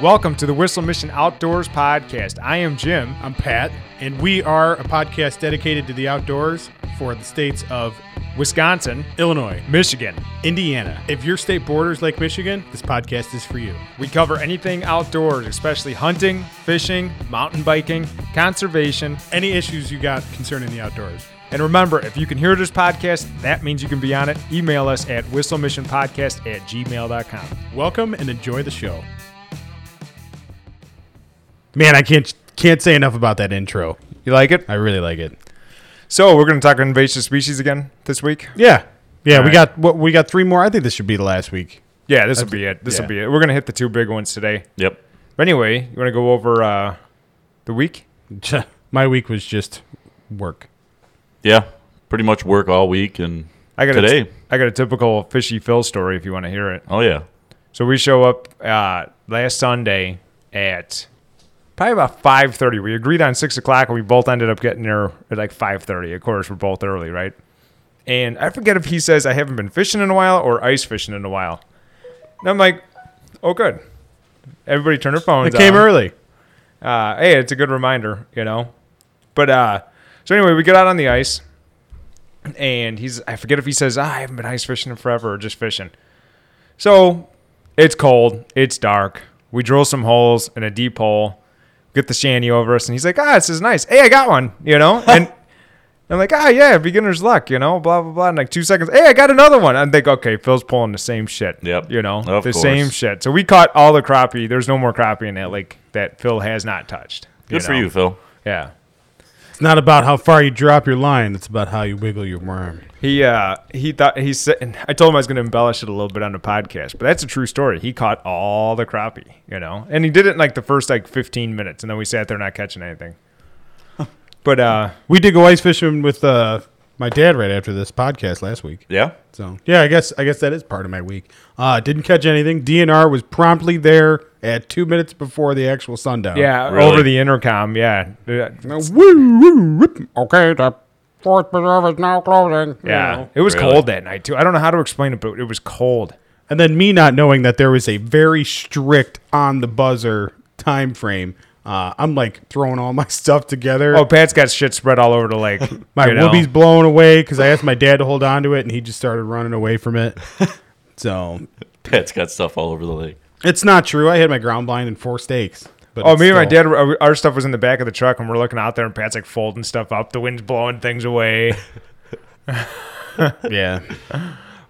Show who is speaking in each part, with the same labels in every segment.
Speaker 1: Welcome to the Whistle Mission Outdoors Podcast. I am Jim.
Speaker 2: I'm Pat, and we are a podcast dedicated to the outdoors for the states of
Speaker 1: Wisconsin,
Speaker 2: Illinois,
Speaker 1: Michigan.
Speaker 2: Indiana. If your state borders Lake Michigan, this podcast is for you.
Speaker 1: We cover anything outdoors, especially hunting, fishing, mountain biking, conservation.
Speaker 2: Any issues you got concerning the outdoors.
Speaker 1: And remember, if you can hear this podcast, that means you can be on it. Email us at whistlemissionpodcast at gmail.com.
Speaker 2: Welcome and enjoy the show. Man, I can't can't say enough about that intro.
Speaker 1: You like it?
Speaker 2: I really like it.
Speaker 1: So, we're going to talk invasive species again this week.
Speaker 2: Yeah. Yeah,
Speaker 1: All
Speaker 2: we
Speaker 1: right.
Speaker 2: got what we got three more. I think this should be the last week.
Speaker 1: Yeah, this will be it. This will
Speaker 2: yeah.
Speaker 1: be it. We're going to hit the two big ones today.
Speaker 3: Yep.
Speaker 1: But anyway, you want to go over uh, the week?
Speaker 2: My week was just work.
Speaker 3: Yeah. Pretty much work all week and
Speaker 1: I got A,
Speaker 3: Today.
Speaker 1: t- I got a typical fishy Phil story if you want to hear it.
Speaker 3: oh yeah.
Speaker 1: So we show up uh, last Sunday at probably about five thirty. We agreed on six o'clock, and we both ended up getting there at like five thirty. Of course, we're both early, right? And I forget if he says I haven't been fishing in a while or ice fishing in a while. And I'm like, oh, good. Everybody turn their phones.
Speaker 2: It came
Speaker 1: on
Speaker 2: early.
Speaker 1: uh, hey, it's a good reminder, you know. But uh, so anyway, we get out on the ice, and he's I forget if he says "Ah, I haven't been ice fishing in forever or just fishing. So it's cold, it's dark. We drill some holes in a deep hole, get the shanty over us, and he's like, ah, this is nice. Hey, I got one, you know, and. I'm like, ah, yeah, beginner's luck, you know, blah blah blah. And like two seconds, hey, I got another one. I'm like, okay, Phil's pulling the same shit.
Speaker 3: Yep.
Speaker 1: You know,
Speaker 3: Of
Speaker 1: the
Speaker 3: course.
Speaker 1: same shit. So we caught all the crappie. There's no more crappie in that lake that Phil has not touched.
Speaker 3: Good for
Speaker 1: know?
Speaker 3: you, Phil.
Speaker 1: Yeah.
Speaker 2: It's not about how far you drop your line, it's about how you wiggle your worm.
Speaker 1: He uh he thought he said and I told him I was going to embellish it a little bit on the podcast, but that's a true story. He caught all the crappie, you know, and he did it in like the first like 15 minutes, and then we sat there not catching anything. But uh,
Speaker 2: We did go ice fishing with uh, my dad right after this podcast last week.
Speaker 3: Yeah.
Speaker 2: So yeah, I guess I guess that is part of my week. Uh, didn't catch anything. DNR was promptly there at two minutes before the actual sundown.
Speaker 1: yeah,
Speaker 3: Really?
Speaker 1: over the intercom, yeah, Uh, yeah,
Speaker 2: Woo, woo, whoop. Okay, the fourth preserve is now closing.
Speaker 1: yeah. It was
Speaker 3: Really?
Speaker 1: cold that night too. I don't know how to explain it, but it was cold.
Speaker 2: And then me not knowing that there was a very strict on the buzzer time frame. Uh, I'm like throwing all my stuff together.
Speaker 1: Oh, Pat's got shit spread all over the lake.
Speaker 2: my
Speaker 1: you know?
Speaker 2: whoopie's blown away because I asked my dad to hold on to it, and he just started running away from it. so
Speaker 3: Pat's got stuff all over the lake.
Speaker 2: It's not true. I had my ground blind and four stakes. But
Speaker 1: Oh,
Speaker 2: it's
Speaker 1: me and my
Speaker 2: still-
Speaker 1: dad, were- our stuff was in the back of the truck, and we're looking out there, and Pat's like folding stuff up. The wind's blowing things away.
Speaker 2: Yeah.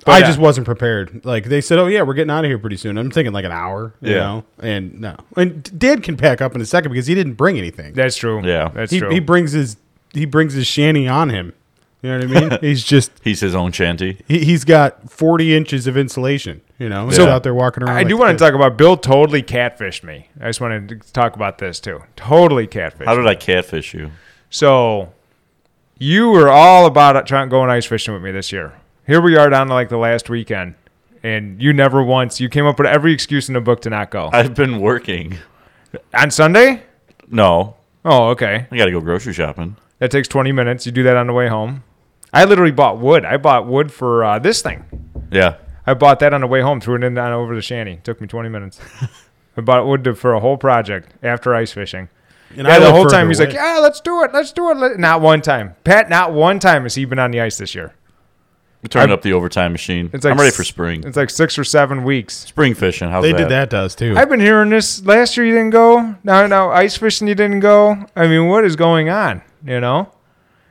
Speaker 2: I
Speaker 1: yeah.
Speaker 2: just wasn't prepared. Like they said, oh yeah, we're getting out of here pretty soon. I'm thinking like an hour, you
Speaker 3: Yeah.
Speaker 2: know. And no, and Dad can pack up in a second because he didn't bring anything.
Speaker 1: That's true.
Speaker 3: Yeah.
Speaker 1: that's
Speaker 2: he,
Speaker 1: true.
Speaker 2: he brings his he brings his shanty on him. You know what I mean? he's just
Speaker 3: He's his own shanty.
Speaker 2: he, he's got 40 inches of insulation. You know, he's
Speaker 3: So,
Speaker 2: out there walking around.
Speaker 1: I
Speaker 2: like
Speaker 1: do
Speaker 2: a
Speaker 1: want
Speaker 2: kid.
Speaker 1: to talk about Bill. Totally catfished me. I just wanted to talk about this too. Totally catfished.
Speaker 3: How did I catfish you?
Speaker 1: so you were all about trying going ice fishing with me this year. Here we are down to like the last weekend, and you never once you came up with every excuse in the book to not go
Speaker 3: I've been working.
Speaker 1: on Sunday.
Speaker 3: No,
Speaker 1: Oh, okay.
Speaker 3: I got to go grocery shopping.
Speaker 1: That takes twenty minutes. You do that on the way home. I literally bought wood. I bought wood for uh, this thing.
Speaker 3: Yeah.
Speaker 1: I bought that on the way home. Threw it in on over the shanty. Took me twenty minutes. I bought wood to, for a whole project after ice fishing.
Speaker 2: And
Speaker 1: Yeah,
Speaker 2: I
Speaker 1: the
Speaker 2: live
Speaker 1: whole
Speaker 2: further
Speaker 1: time he's
Speaker 2: away.
Speaker 1: like, yeah, let's do it, let's do it. let-" Not one time, Pat. Not one time has he been on the ice this year.
Speaker 3: We turned
Speaker 1: I'm-
Speaker 3: up the overtime machine.
Speaker 1: It's like
Speaker 3: I'm ready
Speaker 1: s-
Speaker 3: for spring.
Speaker 1: It's like six or seven weeks.
Speaker 3: Spring fishing. How's
Speaker 2: they
Speaker 3: that?
Speaker 2: did that to us too.
Speaker 1: I've been hearing this. Last year you didn't go. Now, now ice fishing you didn't go. I mean, what is going on? You know?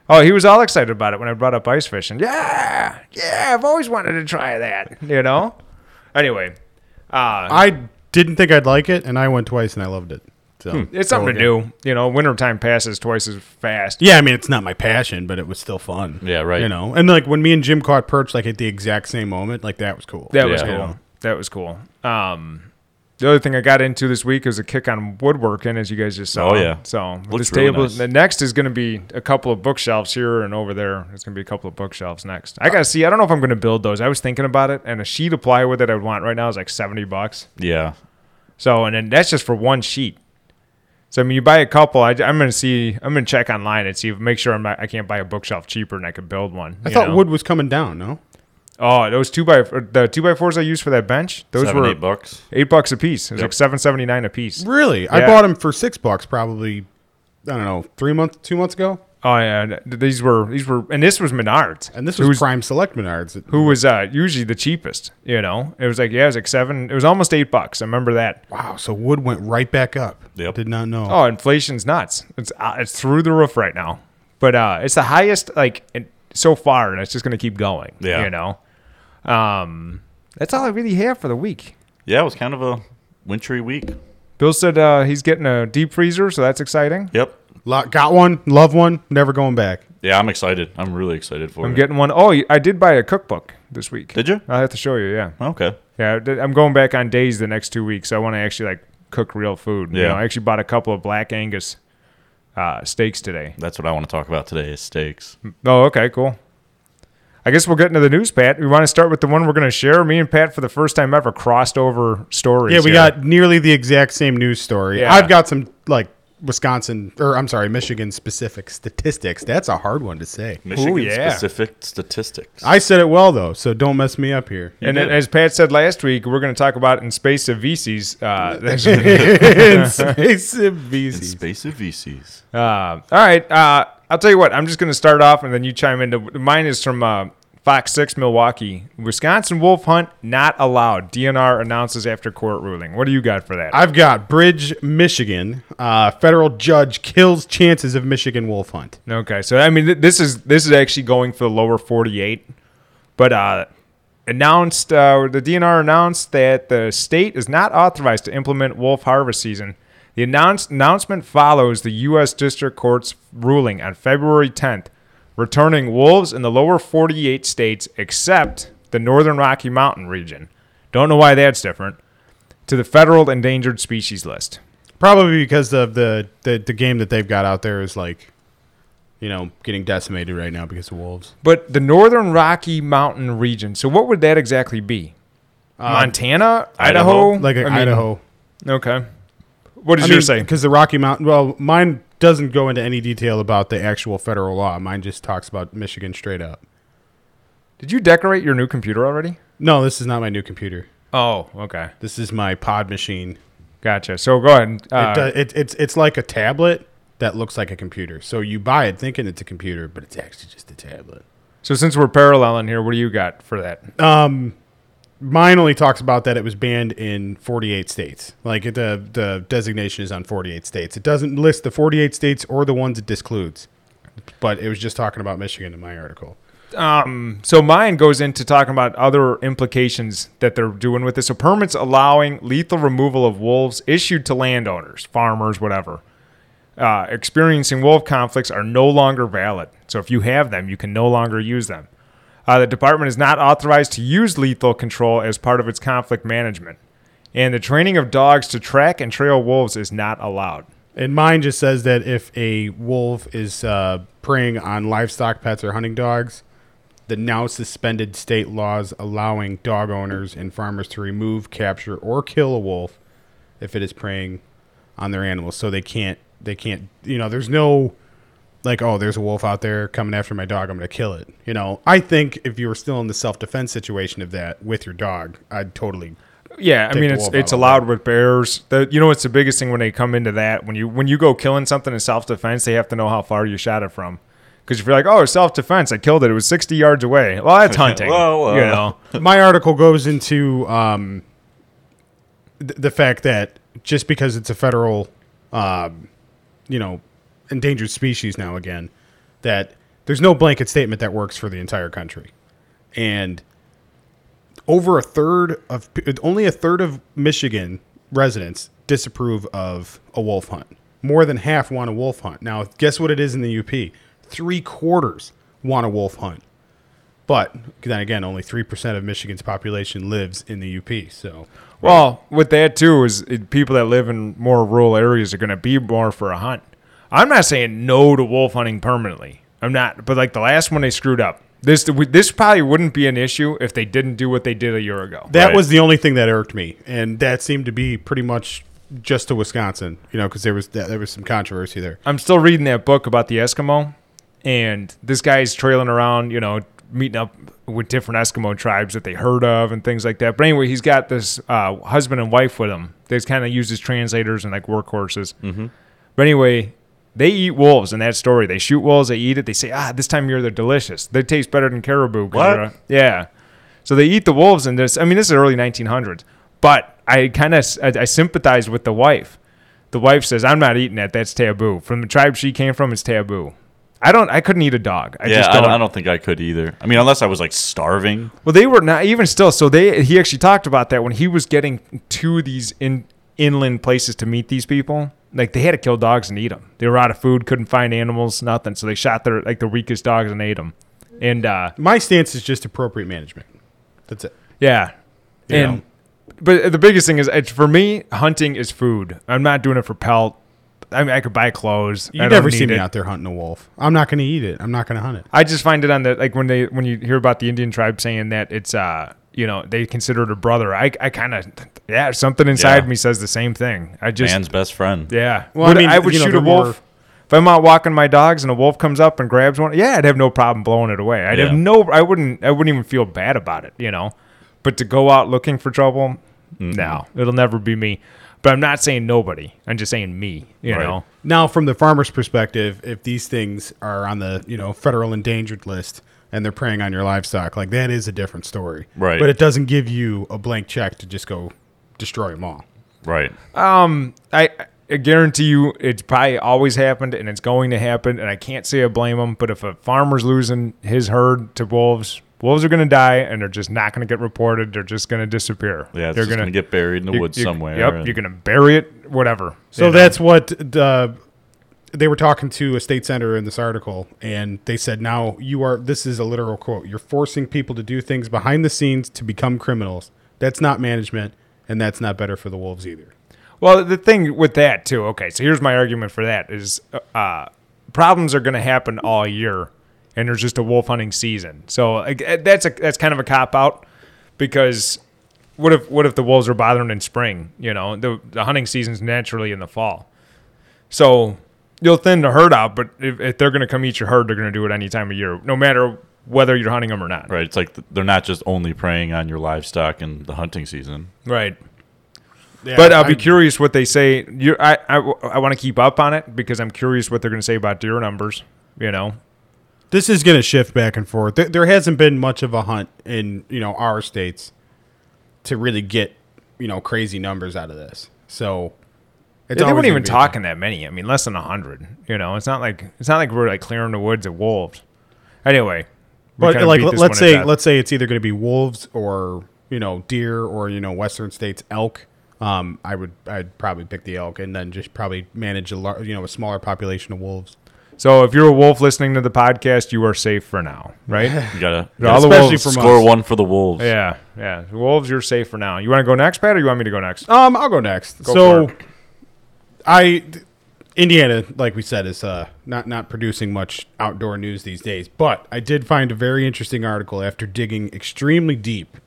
Speaker 1: Oh, he was all excited about it when I brought up ice fishing. Yeah, yeah, I've always wanted to try that. You know? anyway, uh,
Speaker 2: I didn't think I'd like it, and I went twice and I loved it. So
Speaker 1: Hmm. it's something to
Speaker 2: do.
Speaker 1: do. You know, wintertime passes twice as fast.
Speaker 2: Yeah, I mean it's not my passion, but it was still fun.
Speaker 3: Yeah, right.
Speaker 2: You know, and like when me and Jim caught perch like at the exact same moment, like that was cool.
Speaker 1: That was
Speaker 3: Yeah.
Speaker 1: cool. That was cool. Um, the other thing I got into this week is a kick on woodworking, as you guys just saw.
Speaker 3: Oh, yeah.
Speaker 1: So with
Speaker 3: Looks
Speaker 1: this
Speaker 3: really
Speaker 1: table,
Speaker 3: nice.
Speaker 1: the next is going to be a couple of bookshelves here and over there. There's going to be a couple of bookshelves next. I gotta see. I don't know if I'm going to build those. I was thinking about it, and a sheet of plywood that I would want right now is like seventy bucks.
Speaker 3: Yeah.
Speaker 1: So, and then that's just for one sheet. So I mean, you buy a couple. I, am going to see. I'm going to check online and see if make sure I'm not, I can't buy a bookshelf cheaper and I could build one.
Speaker 2: I
Speaker 1: you
Speaker 2: thought
Speaker 1: know?
Speaker 2: wood was coming down. No,
Speaker 1: Oh, those two by the two by fours I used for that bench. Those
Speaker 3: Seven,
Speaker 1: were
Speaker 3: eight bucks.
Speaker 1: eight bucks a piece. It was
Speaker 3: Yep.
Speaker 1: like seven seventy nine a piece.
Speaker 2: Really? I
Speaker 1: Yeah.
Speaker 2: bought them for six bucks probably, I don't know, three months, two months ago.
Speaker 1: Oh yeah, th- these were these were, and this was Menards,
Speaker 2: And this
Speaker 1: Who
Speaker 2: was, Prime Select Menards.
Speaker 1: who was uh, usually the cheapest. You know, it was like yeah, it was like seven. It was almost eight bucks. I remember that.
Speaker 2: Wow. So wood went right back up.
Speaker 3: Yep.
Speaker 2: Did not know.
Speaker 1: Oh, inflation's nuts. It's uh, it's through the roof right now. But uh, it's the highest like in, so far, and it's just gonna keep going.
Speaker 3: Yeah.
Speaker 1: you know, um, that's all I really have for the week.
Speaker 3: Yeah, it was kind of a wintry week.
Speaker 1: Bill said uh, he's getting a deep freezer, so that's exciting.
Speaker 3: Yep.
Speaker 2: Lo- got one. Love one. Never going back.
Speaker 3: Yeah, I'm excited. I'm really excited for
Speaker 1: I'm
Speaker 3: it.
Speaker 1: getting one. Oh, I did buy a cookbook this week.
Speaker 3: Did you?
Speaker 1: I'll have to show you. Yeah.
Speaker 3: Okay.
Speaker 1: Yeah, I did- I'm going back on days the next two weeks. So I want to actually like cook real food. You
Speaker 3: Yeah.
Speaker 1: know, I actually bought a couple of Black Angus uh, steaks today.
Speaker 3: That's what I want to talk about today is steaks.
Speaker 1: Oh, okay, cool. I guess we'll get into the news, Pat. We want to start with the one we're going to share. Me and Pat, for the first time ever, crossed over stories.
Speaker 2: Yeah, we
Speaker 1: here.
Speaker 2: got nearly the exact same news story.
Speaker 1: Yeah.
Speaker 2: I've got some like Wisconsin or I'm sorry, Michigan specific statistics. That's a hard one to say.
Speaker 3: Michigan
Speaker 1: yeah.
Speaker 3: specific statistics.
Speaker 2: I said it well though, so don't mess me up here.
Speaker 1: And
Speaker 3: did.
Speaker 1: then, as Pat said last week, we're going to talk about in space of VCs. Uh, that's-
Speaker 2: In space of VCs.
Speaker 3: Space of VCs.
Speaker 1: Uh, all right. Uh, I'll tell you what. I'm just going to start off, and then you chime in. Mine is from uh, Fox Six, Milwaukee, Wisconsin. Wolf hunt not allowed. DNR announces after court ruling. What do you got for that?
Speaker 2: I've got Bridge, Michigan. Uh, federal judge kills chances of Michigan wolf hunt.
Speaker 1: okay, so I mean, th- this is this is actually going for the lower 48, but uh, announced uh, the DNR announced that the state is not authorized to implement wolf harvest season. The announce- announcement follows the U.S. District Court's ruling on February 10th, returning wolves in the lower 48 states except the northern Rocky Mountain region. Don't know why that's different. To the federal endangered species list.
Speaker 2: Probably because of the, the the game that they've got out there is like, you know, getting decimated right now because of wolves.
Speaker 1: But the northern Rocky Mountain region. So what would that exactly be? Montana, Uh, Idaho,
Speaker 3: Idaho,
Speaker 2: Like
Speaker 1: I mean,
Speaker 2: Idaho.
Speaker 1: Okay. What
Speaker 2: I
Speaker 1: does
Speaker 2: mean,
Speaker 1: yours say?
Speaker 2: because the Rocky Mountain. Well, mine doesn't go into any detail about the actual federal law. Mine just talks about Michigan straight up.
Speaker 1: Did you decorate your new computer already?
Speaker 2: No, this is not my new computer.
Speaker 1: Oh, okay.
Speaker 2: This is my pod machine.
Speaker 1: Gotcha. So go ahead. and, Uh,
Speaker 2: it, does, it, it's it's like a tablet that looks like a computer. So you buy it thinking it's a computer, but it's actually just a tablet.
Speaker 1: so since we're paralleling here, what do you got for that?
Speaker 2: Mine only talks about that it was banned in 48 states. Like it- the the designation is on 48 states. It doesn't list the 48 states or the ones it discludes. But it was just talking about Michigan in my article.
Speaker 1: So mine goes into talking about other implications that they're doing with this. So permits allowing lethal removal of wolves issued to landowners, farmers, whatever, uh, experiencing wolf conflicts are no longer valid. So if you have them, you can no longer use them. Uh, the department is not authorized to use lethal control as part of its conflict management, and the training of dogs to track and trail wolves is not allowed.
Speaker 2: And mine just says that if a wolf is uh, preying on livestock, pets, or hunting dogs, the now suspended state laws allowing dog owners and farmers to remove, capture, or kill a wolf if it is preying on their animals. So they can't, they can't, you know, there's no like, oh, there's a wolf out there coming after my dog. I'm going to kill it. You know, I think if you were still in the self defense situation of that with your dog, I'd totally
Speaker 1: Yeah, I
Speaker 2: take
Speaker 1: mean
Speaker 2: the
Speaker 1: it's
Speaker 2: wolf out
Speaker 1: it's
Speaker 2: of
Speaker 1: allowed with bears. The, you know it's the biggest thing when they come into that when you when you go killing something in self defense, they have to know how far you shot it from. Because if you're like, oh, self defense, I killed it. It was sixty yards away. Well, that's hunting.
Speaker 3: Well, well.
Speaker 1: You know,
Speaker 2: my article goes into um, th- the fact that just because it's a federal, um, you know, endangered species now again, that there's no blanket statement that works for the entire country, and over a third of p- only a third of Michigan residents disapprove of a wolf hunt. More than half want a wolf hunt. Now, guess what it is in the UP? Three quarters want a wolf hunt. But then again, only 3% of Michigan's population lives in the UP. So,
Speaker 1: well, with that too is it, people that live in more rural areas are going to be more for a hunt. I'm not saying no to wolf hunting permanently. I'm not, but like the last one, they screwed up. This this probably wouldn't be an issue if they didn't do what they did a year ago.
Speaker 2: that
Speaker 3: Right.
Speaker 2: was the only thing that irked me. And that seemed to be pretty much just to Wisconsin, you know, because there was, there was some controversy there.
Speaker 1: I'm still reading that book about the Eskimo, and this guy's trailing around, you know, meeting up with different Eskimo tribes that they heard of and things like that. But anyway, he's got this uh, husband and wife with him. They kind of use as translators and like workhorses. Mm-hmm. But anyway, they eat wolves in that story. They shoot wolves, they eat it. They say, ah, this time of year they're delicious. They taste better than caribou. 'cause
Speaker 3: What?
Speaker 1: they're a- Yeah. So they eat the wolves in this. I mean, this is early 1900s. But I kind of I, I sympathize with the wife. The wife says, "I'm not eating that. That's taboo. From the tribe she came from, it's taboo." I don't. I couldn't eat a dog. I
Speaker 3: yeah,
Speaker 1: just
Speaker 3: I,
Speaker 1: don't.
Speaker 3: don't, I don't think I could either. I mean, unless I was like starving.
Speaker 1: Well, they were not even still. So they he actually talked about that when he was getting to these in inland places to meet these people. Like they had to kill dogs and eat them. They were out of food, couldn't find animals, nothing. So they shot their like the weakest dogs and ate them. And uh,
Speaker 2: My stance is just appropriate management. That's it.
Speaker 1: yeah,
Speaker 2: You
Speaker 1: and
Speaker 2: know.
Speaker 1: but the biggest thing is it's, for me, hunting is food. I'm not doing it for pelt. I mean, I could buy clothes. I
Speaker 2: You
Speaker 1: don't
Speaker 2: never
Speaker 1: need
Speaker 2: see me
Speaker 1: it.
Speaker 2: out there hunting a wolf. I'm not going to eat it. I'm not going to hunt it.
Speaker 1: I just find it on the like when they when you hear about the Indian tribe saying that it's uh you know they consider it a brother. I I kind of yeah something inside
Speaker 3: Yeah.
Speaker 1: me says the same thing. I just
Speaker 3: Man's best friend.
Speaker 1: yeah.
Speaker 2: Well, I
Speaker 1: Would-
Speaker 2: mean,
Speaker 1: I would
Speaker 2: you know,
Speaker 1: shoot a
Speaker 2: there
Speaker 1: wolf.
Speaker 2: were-
Speaker 1: If I'm out walking my dogs and a wolf comes up and grabs one, yeah, I'd have no problem blowing it away. I'd
Speaker 3: Yeah.
Speaker 1: have no, I wouldn't, I wouldn't even feel bad about it, you know. But to go out looking for trouble, no, it'll never be me. But I'm not saying nobody. I'm just saying me, you
Speaker 3: Right.
Speaker 1: know.
Speaker 2: Now, from the farmer's perspective, if these things are on the you know federal endangered list and they're preying on your livestock, like that is a different story.
Speaker 3: Right.
Speaker 2: But it doesn't give you a blank check to just go destroy them all.
Speaker 3: Right.
Speaker 1: I, I guarantee you, it's probably always happened and it's going to happen. And I can't say I blame them. But if a farmer's losing his herd to wolves, wolves are going to die and they're just not going to get reported. They're just going to disappear.
Speaker 3: Yeah, it's
Speaker 1: they're
Speaker 3: just gonna, get buried in the
Speaker 1: you-
Speaker 3: woods
Speaker 1: you-
Speaker 3: somewhere.
Speaker 1: Yep,
Speaker 3: and-
Speaker 1: you're going to bury it. Whatever.
Speaker 2: So
Speaker 1: You know?
Speaker 2: that's what the they were talking to a state senator in this article, and they said, "Now you are this is a literal quote. You're forcing people to do things behind the scenes to become criminals. That's not management, and that's not better for the wolves either."
Speaker 1: Well, the thing with that too. Okay, so here's my argument for that: is uh, problems are going to happen all year, and there's just a wolf hunting season. So like, eh, that's a that's kind of a cop out because what if what if the wolves are bothering in spring? You know, the the hunting season's naturally in the fall, so you'll thin the herd out. But if, if they're going to come eat your herd, they're going to do it any time of year, no matter whether you're hunting them or not.
Speaker 3: Right. It's like th- they're not just only preying on your livestock in the hunting season.
Speaker 1: right. But I'll be curious what they say. You're, I, I, I want to keep up on it because I'm curious what they're going to say about deer numbers. You know,
Speaker 2: this is going to shift back and forth. There, there hasn't been much of a hunt in you know our states to really get you know crazy numbers out of this. So it's
Speaker 1: they
Speaker 2: always
Speaker 1: weren't
Speaker 2: gonna
Speaker 1: even
Speaker 2: be-
Speaker 1: talking that many. I mean, less than hundred. You know, it's not like it's not like we're like clearing the woods of wolves. Anyway, we
Speaker 2: But
Speaker 1: kinda
Speaker 2: like,
Speaker 1: beat
Speaker 2: let-
Speaker 1: this
Speaker 2: let's
Speaker 1: one to
Speaker 2: say
Speaker 1: death.
Speaker 2: let's say it's either going to be wolves or you know deer or you know western states elk. Um, I would I'd probably pick the elk and then just probably manage a lar- you know a smaller population of wolves.
Speaker 1: so if you're a wolf listening to the podcast, you are safe for now, right?
Speaker 3: You gotta, you
Speaker 1: Yeah, all the
Speaker 2: Especially
Speaker 3: gotta
Speaker 1: wolves-
Speaker 2: from
Speaker 3: score
Speaker 2: us.
Speaker 3: one for the wolves.
Speaker 1: yeah, yeah. Wolves, you're safe for now. You want to go next, Pat, or you want me to go next?
Speaker 2: Um, I'll go next.
Speaker 1: for
Speaker 2: so, I Indiana, like we said, is uh not not producing much outdoor news these days. But I did find a very interesting article after digging extremely deep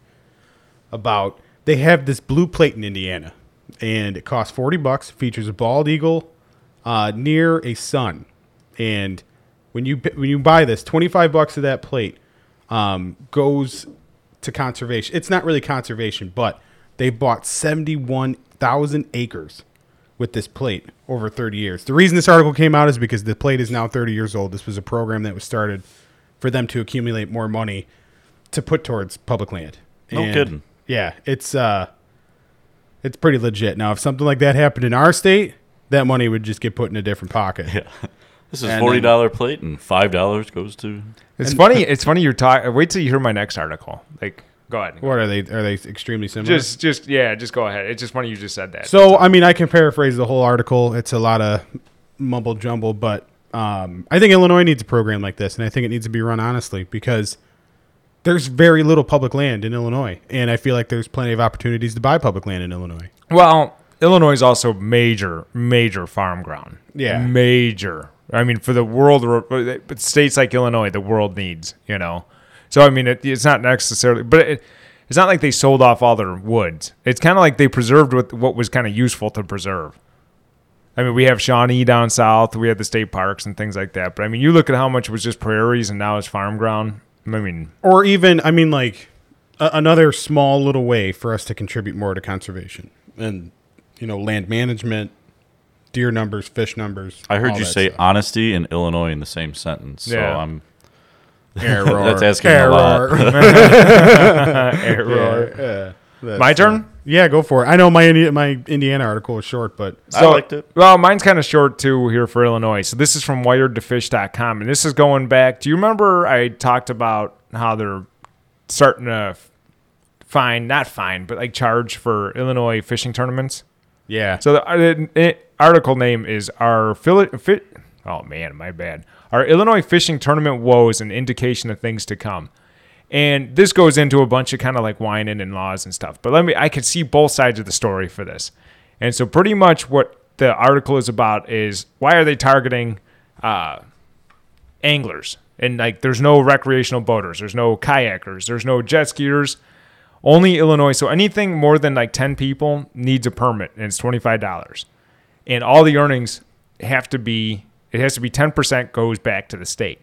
Speaker 2: about they have this blue plate in Indiana, and it costs forty bucks. Features a bald eagle uh, near a sun, and when you bu- when you buy this, twenty five bucks of that plate um, goes to conservation. It's not really conservation, but they bought 71,000 acres with this plate over 30 years. The reason this article came out is because the plate is now 30 years old. This was a program that was started for them to accumulate more money to put towards public land.
Speaker 3: No kidding.
Speaker 2: Yeah, it's uh it's pretty legit. Now, if something like that happened in our state, that money would just get put in a different pocket.
Speaker 3: This is
Speaker 2: And
Speaker 3: forty dollar plate, and five dollars goes to.
Speaker 1: It's funny. It's funny you're talking. Wait till you hear my next article. Like, go ahead.
Speaker 2: What are they are they extremely similar?
Speaker 1: Just, just yeah, just go ahead. It's just funny you just said that.
Speaker 2: So, I mean, I can paraphrase the whole article. It's a lot of mumble jumble, but um, I think Illinois needs a program like this, and I think it needs to be run honestly because there's very little public land in Illinois, and I feel like there's plenty of opportunities to buy public land in Illinois.
Speaker 1: Well, Illinois is also major, major farm ground.
Speaker 2: Yeah.
Speaker 1: major. I mean, for the world, but states like Illinois, the world needs. You know, so I mean, it, it's not necessarily, but it, it's not like they sold off all their woods. It's kind of like they preserved what what was kind of useful to preserve. I mean, we have Shawnee down south. We have the state parks and things like that. But I mean, you look at how much was just prairies and now it's farm ground. I mean,
Speaker 2: or even I mean like a- another small little way for us to contribute more to conservation and you know land management, deer numbers, fish numbers.
Speaker 3: I heard
Speaker 2: all
Speaker 3: you
Speaker 2: that
Speaker 3: say
Speaker 2: stuff.
Speaker 3: honesty and Illinois in the same sentence.
Speaker 1: Yeah.
Speaker 3: So I'm
Speaker 2: error.
Speaker 3: That's asking a lot.
Speaker 1: error.
Speaker 2: Yeah, that's-
Speaker 1: My turn?
Speaker 2: Yeah, go for it. I know my Indi- my Indiana article is short, but
Speaker 3: I liked it.
Speaker 1: Well, mine's kind of short too here for Illinois. So this is from wiredtofish.com. And this is going back. Do you remember I talked about how they're starting to fine, not fine, but like charge for Illinois fishing tournaments?
Speaker 2: yeah,
Speaker 1: So the uh, it- it- article name is our Phil- fi- oh man, my bad. Our Illinois fishing tournament woes an indication of things to come. And this goes into a bunch of kind of like whining and laws and stuff. But let me I can see both sides of the story for this. And so pretty much what the article is about is why are they targeting uh, anglers? And like there's no recreational boaters, there's no kayakers, there's no jet skiers. Only Illinois. So anything more than like 10 people needs a permit and it's $25. And all the earnings have to be, it has to be 10% goes back to the state.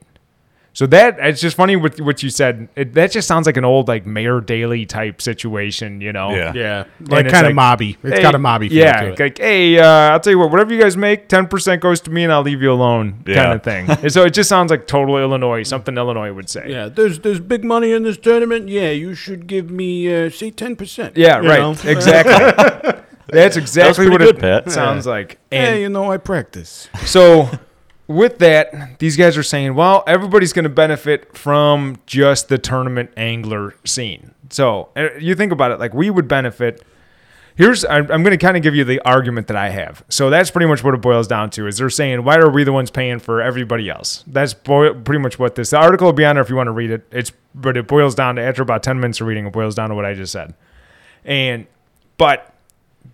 Speaker 1: So that, it's just funny with what you said. It, that just sounds like an old like Mayor Daley type situation, you know?
Speaker 3: Yeah.
Speaker 2: yeah, like
Speaker 1: it's
Speaker 2: kind of
Speaker 1: like-
Speaker 2: mobby. It's
Speaker 1: Hey,
Speaker 2: got a mobby feel
Speaker 1: yeah,
Speaker 2: to it.
Speaker 1: like hey, uh, I'll tell you what, whatever you guys make, ten percent goes to me, and I'll leave you alone, kind
Speaker 3: Yeah.
Speaker 1: of thing. and so it just sounds like total Illinois, something Illinois would say.
Speaker 2: Yeah, there's there's big money in this tournament. Yeah, you should give me uh, say ten percent.
Speaker 1: Yeah, right, exactly. That's exactly what
Speaker 3: pretty
Speaker 1: it
Speaker 3: good, Pat.
Speaker 1: sounds like.
Speaker 2: Yeah,
Speaker 1: And
Speaker 2: you know I practice.
Speaker 1: so with that, these guys are saying, well, everybody's going to benefit from just the tournament angler scene. So uh, you think about it, like we would benefit. Here's I'm going to kind of give you the argument that I have. So that's pretty much what it boils down to is they're saying why are we the ones paying for everybody else? That's boi- pretty much what this. The article will be on there if you want to read it. It's but it boils down to after about 10 minutes of reading it boils down to what I just said. And but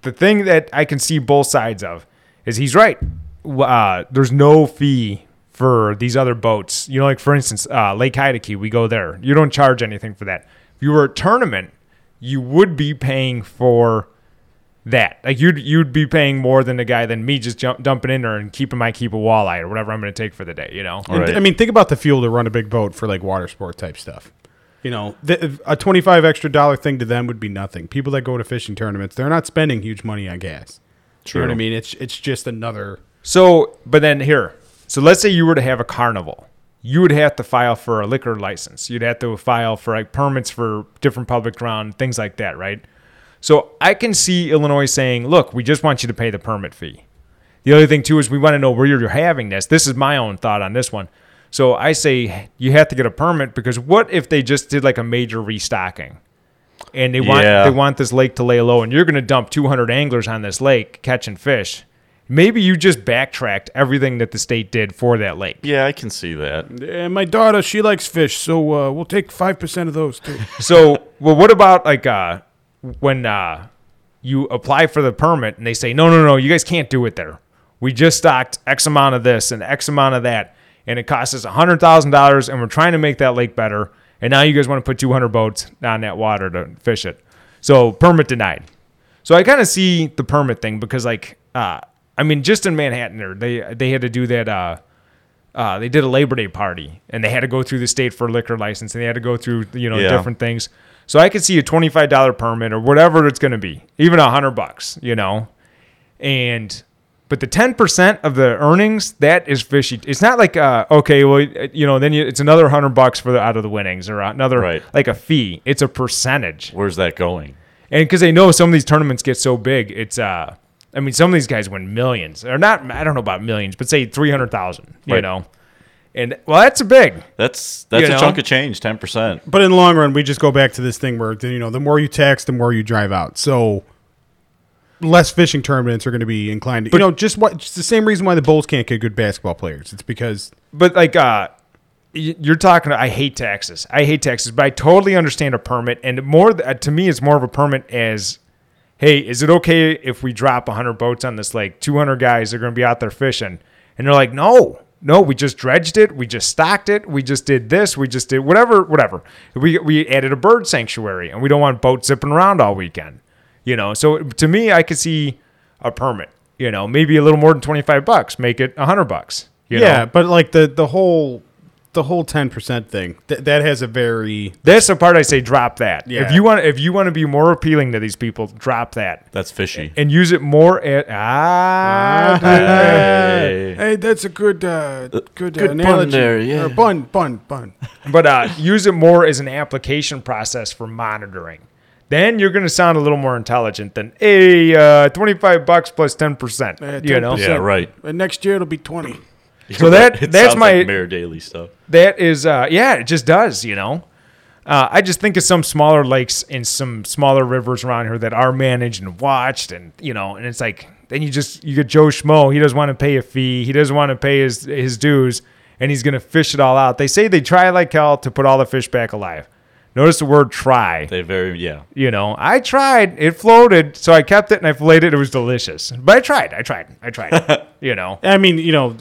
Speaker 1: the thing that I can see both sides of is he's right. Uh, there's no fee for these other boats. You know, like for instance, uh, Lake Hideki, we go there. You don't charge anything for that. If you were a tournament, you would be paying for that. Like you'd you'd be paying more than the guy than me just jump, dumping in there and keeping my keep a walleye or whatever I'm going to take for the day. You know,
Speaker 3: All right.
Speaker 2: I mean, think about the fuel to run a big boat for like water sport type stuff. You know, th- a twenty-five extra dollar thing to them would be nothing. People that go to fishing tournaments, they're not spending huge money on gas. You know what I
Speaker 3: True.
Speaker 2: mean? It's it's just another.
Speaker 1: So, but then here, so let's say you were to have a carnival, you would have to file for a liquor license. You'd have to file for like permits for different public ground, things like that, right? So I can see Illinois saying, look, we just want you to pay the permit fee. The other thing too is we want to know where you're having this. This is my own thought on this one. So I say you have to get a permit because what if they just did like a major restocking? And they want
Speaker 3: Yeah.
Speaker 1: they want this lake to lay low and you're going to dump 200 anglers on this lake catching fish. Maybe you just backtracked everything that the state did for that lake.
Speaker 3: Yeah, I can see that.
Speaker 2: And Eh, my daughter, she likes fish, so uh, we'll take five percent of those too.
Speaker 1: So, well, what about like uh, when uh, you apply for the permit and they say, no, no, no, you guys can't do it there. We just stocked X amount of this and X amount of that, and it costs us hundred thousand dollars, and we're trying to make that lake better. And now you guys want to put two hundred boats on that water to fish it. So permit denied. So I kind of see the permit thing because, like, uh, I mean, just in Manhattan, there they they had to do that. Uh, uh, they did a Labor Day party and they had to go through the state for a liquor license and they had to go through you know
Speaker 3: Yeah.
Speaker 1: different things. So I could see a twenty five dollar permit or whatever it's going to be, even a hundred bucks, you know, and but the ten percent of the earnings that is fishy. It's not like uh, okay, well you know then you, it's another hundred bucks for the out of the winnings or another
Speaker 3: Right.
Speaker 1: like a fee. It's a percentage
Speaker 3: Where's that going?
Speaker 1: and because they know some of these tournaments get so big, it's uh, I mean, some of these guys win millions, or not. I don't know about millions, but say three hundred thousand. You
Speaker 3: Right.
Speaker 1: know, and well, that's big.
Speaker 3: That's that's
Speaker 1: You
Speaker 3: a
Speaker 1: know?
Speaker 3: chunk of change, ten percent.
Speaker 2: but in the long run, we just go back to this thing where you know the more you tax, the more you drive out. So less fishing tournaments are going to be inclined. To, you know, just what just the same reason why the Bulls can't get good basketball players. It's because
Speaker 1: But like, uh, y- you're talking. I hate taxes. I hate taxes, but I totally understand a permit. And more th- uh, to me, it's more of a permit as, hey, is it okay if we drop hundred boats on this lake? Two hundred guys are going to be out there fishing, and they're like, no. No, we just dredged it. We just stocked it. We just did this. We just did whatever, whatever. We, we added a bird sanctuary, and we don't want boats zipping around all weekend. you know so to me i could see a permit you know maybe a little more than 25 bucks make it 100 bucks you
Speaker 2: yeah,
Speaker 1: know?
Speaker 2: but like the the whole the whole ten percent thing th- that has a very
Speaker 1: That's the part I say drop that. If
Speaker 2: Yeah.
Speaker 1: you want if you want to be more appealing to these people, drop that.
Speaker 3: That's fishy.
Speaker 1: And use it more at ah,
Speaker 3: Hey.
Speaker 2: Hey, that's a good, uh, good,
Speaker 3: good
Speaker 2: uh,
Speaker 3: bun
Speaker 2: analogy.
Speaker 3: there, yeah.
Speaker 2: Or bun, bun, bun.
Speaker 1: but uh, use it more as an application process for monitoring. Then you're going to sound a little more intelligent than a uh, 25 bucks plus 10%.
Speaker 2: Uh,
Speaker 1: you know,
Speaker 2: 10%.
Speaker 3: Yeah, right.
Speaker 2: And next year it'll be twenty.
Speaker 1: So that-
Speaker 3: It
Speaker 1: that's
Speaker 3: sounds
Speaker 1: my-
Speaker 3: like Mayor Daily stuff.
Speaker 1: that is, uh, yeah, it just does, you know. Uh, I just think of some smaller lakes and some smaller rivers around here that are managed and watched, and you know, and it's like then you just you get Joe Schmo. He doesn't want to pay a fee. He doesn't want to pay his his dues, and he's going to fish it all out. They say they try like hell to put all the fish back alive. Notice the word try.
Speaker 3: They very yeah.
Speaker 1: you know, I tried. It floated, so I kept it and I filleted it. It was delicious, but I tried. I tried. I tried. you know,
Speaker 2: I mean, you know,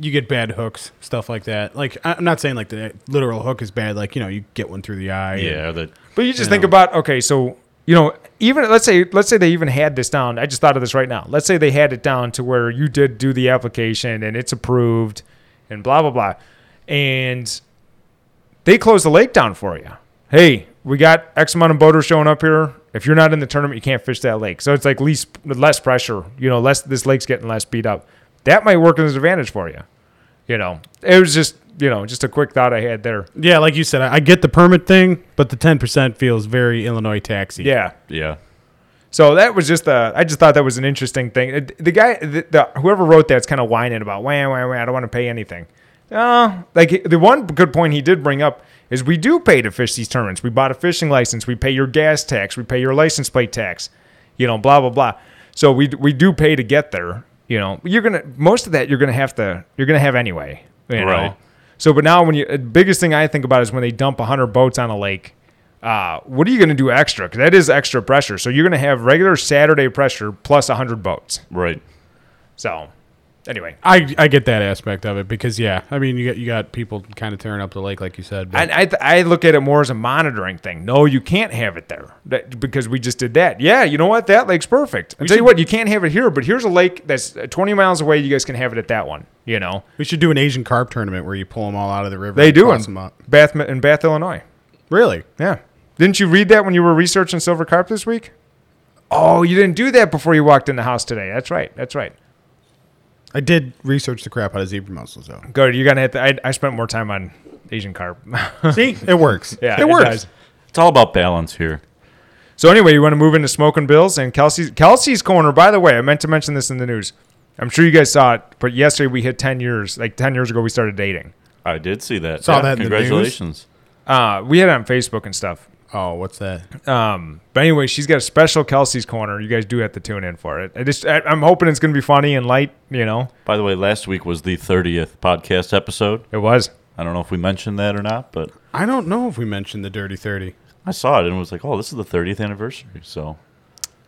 Speaker 2: you get bad hooks, stuff like that. Like, I- I'm not saying like the literal hook is bad. Like, you know, you get one through the eye.
Speaker 3: Yeah, that
Speaker 1: but you just think about okay, so you know, even let's say let's say they even had this down. I just thought of this right now. Let's say they had it down to where you did do the application and it's approved, and blah blah blah, and they close the lake down for you. Hey, we got X amount of boaters showing up here. If you're not in the tournament, you can't fish that lake. So it's like least less pressure. You know, less this lake's getting less beat up. That might work as an advantage for you. You know, it was just you know just a quick thought I had there.
Speaker 2: Yeah, like you said, I, I get the permit thing, but the 10% feels very Illinois taxi.
Speaker 1: Yeah.
Speaker 3: yeah.
Speaker 1: So that was just the. I just thought that was an interesting thing. Uh, The guy, the, the whoever wrote that's kind of whining about, wah wah wah. I don't want to pay anything. Uh, like the one good point he did bring up is we do pay to fish these tournaments. We bought a fishing license. We pay your gas tax. We pay your license plate tax. You know, blah blah blah. So we we do pay to get there. You know, you're gonna most of that you're gonna have to you're gonna have anyway. You know?
Speaker 3: Right.
Speaker 1: So, but now when you uh, biggest thing I think about is when they dump 100 boats on a lake uh, what are you going to do extra? 'Cause that is extra pressure. So you're going to have regular Saturday pressure plus 100 boats.
Speaker 3: Right.
Speaker 1: So anyway,
Speaker 2: I, I get that aspect of it because, yeah, I mean, you got, you got people kind of tearing up the lake, like you said. But,
Speaker 1: I, I, th- I look at it more as a monitoring thing. No, you can't have it there that, because we just did that. Yeah, you know what? That lake's perfect. I tell you what, you can't have it here, but here's a lake that's uh, 20 miles away. You guys can have it at that one. You know,
Speaker 2: we should do an Asian carp tournament where you pull them all out of the river.
Speaker 1: they
Speaker 2: and
Speaker 1: do
Speaker 2: toss
Speaker 1: in
Speaker 2: 'em up.
Speaker 1: Bath, in Bath, Illinois.
Speaker 2: Really?
Speaker 1: Yeah. Didn't you read that when you were researching silver carp this week? Oh, you didn't do that before you walked in the house today. That's right. That's right.
Speaker 2: I did research the crap out of zebra mussels, though.
Speaker 1: Good. You're gonna hit. The, I, I spent more time on Asian carp.
Speaker 2: See? It works.
Speaker 1: Yeah,
Speaker 2: it,
Speaker 1: it
Speaker 2: works.
Speaker 1: does.
Speaker 3: It's all about balance here.
Speaker 1: so anyway, you want to move into smoking bills and Kelsey's Kelsey's corner. By the way, I meant to mention this in the news. I'm sure you guys saw it, but yesterday we hit 10 years. Like 10 years ago, we started dating.
Speaker 3: I did see that.
Speaker 2: Saw that in the news.
Speaker 3: Congratulations.
Speaker 1: Uh, we had it on Facebook and stuff.
Speaker 2: Oh, what's that?
Speaker 1: Um, but anyway, she's got a special Kelsey's corner. You guys do have to tune in for it. I just, I, I'm hoping it's gonna be funny and light. You know,
Speaker 3: By the way, last week was the 30th podcast episode.
Speaker 1: it was.
Speaker 3: I don't know if we mentioned that or not, but
Speaker 2: I don't know if we mentioned the Dirty 30.
Speaker 3: I saw it and was like, "Oh, this is the 30th anniversary." So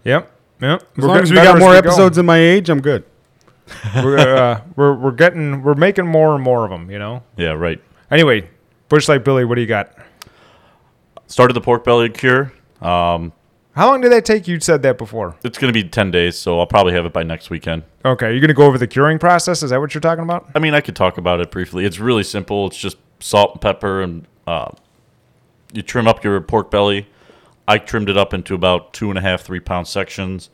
Speaker 1: Yep. Yep.
Speaker 2: As long as we got more episodes in my age, I'm good.
Speaker 1: we're, uh, we're we're getting we're making more and more of them. You know.
Speaker 3: yeah, right.
Speaker 1: Anyway, Bush Light Billy, what do you got?
Speaker 3: Started the pork belly cure. Um,
Speaker 1: How long did that take? You said that before.
Speaker 3: it's going to be 10 days, so I'll probably have it by next weekend.
Speaker 1: Okay, you're gonna go over the curing process. Is that what you're talking about?
Speaker 3: I mean, I could talk about it briefly. It's really simple. It's just salt and pepper, and uh, you trim up your pork belly. I trimmed it up into about two and a half, three pound sections.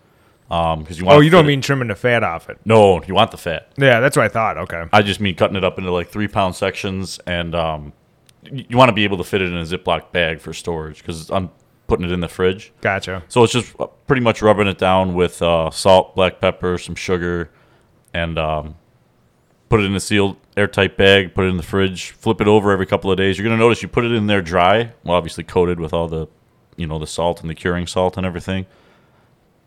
Speaker 3: Um, because you want.
Speaker 1: Oh, you don't mean trimming the fat off it.
Speaker 3: no, you want the fat.
Speaker 1: Yeah, that's what I thought. Okay.
Speaker 3: I just mean cutting it up into like three pound sections, and um, y- you want to be able to fit it in a Ziploc bag for storage because I'm putting it in the fridge.
Speaker 1: Gotcha.
Speaker 3: So it's just uh, pretty much rubbing it down with uh, salt, black pepper, some sugar, and um, put it in a sealed, airtight bag. Put it in the fridge. Flip it over every couple of days. You're gonna notice you put it in there dry, well, obviously coated with all the, you know, the salt and the curing salt and everything.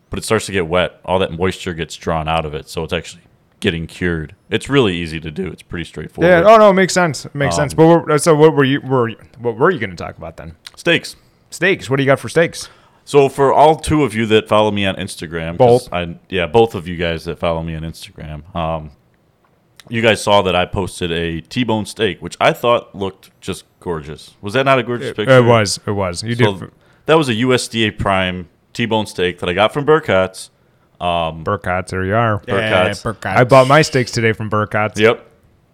Speaker 3: But it starts to get wet. All that moisture gets drawn out of it, so it's actually getting cured. It's really easy to do. It's pretty straightforward.
Speaker 1: Yeah. Oh no, it makes sense. It makes sense. Um, But what- so, what were you were what were you gonna talk about then?
Speaker 3: Steaks.
Speaker 1: Steaks. What do you got for steaks?
Speaker 3: So for all two of you that follow me on Instagram, 'cause
Speaker 1: Both.
Speaker 3: I, yeah, both of you guys that follow me on Instagram, um, you guys saw that I posted a T-bone steak, which I thought looked just gorgeous. Was that not a gorgeous picture?
Speaker 1: It was. It was. You
Speaker 3: So
Speaker 1: did
Speaker 3: that was a USDA prime T-bone steak that I got from Burkott's.
Speaker 1: Burkott's. There you are.
Speaker 3: Burkott's.
Speaker 2: Burkotts.
Speaker 1: I bought my steaks today from Burkott's.
Speaker 3: Yep.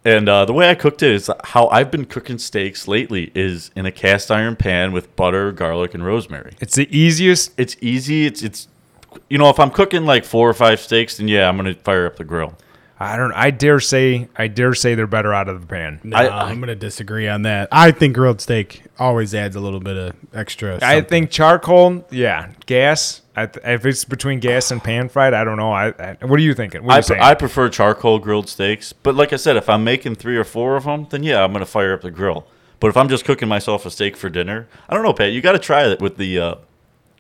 Speaker 3: And uh, the way I cooked it is how I've been cooking steaks lately is in a cast iron pan with butter, garlic, and rosemary.
Speaker 1: It's the easiest.
Speaker 3: It's easy. It's it's you know if I'm cooking like four or five steaks, then yeah, I'm gonna fire up the grill.
Speaker 1: I don't. I dare say. I dare say they're better out of the pan.
Speaker 2: No,
Speaker 3: I-
Speaker 2: I, am going to disagree on that. I think grilled steak always adds a little bit of extra.
Speaker 1: I
Speaker 2: something.
Speaker 1: think charcoal. Yeah, gas. I th- if it's between gas and pan fried, I don't know. I, I what are you thinking? What are
Speaker 3: I,
Speaker 1: you
Speaker 3: pre-
Speaker 1: saying?
Speaker 3: I prefer charcoal grilled steaks, but like I said, if I'm making three or four of them, then yeah, I'm gonna fire up the grill. But if I'm just cooking myself a steak for dinner, I don't know, Pat. You got to try it with the uh,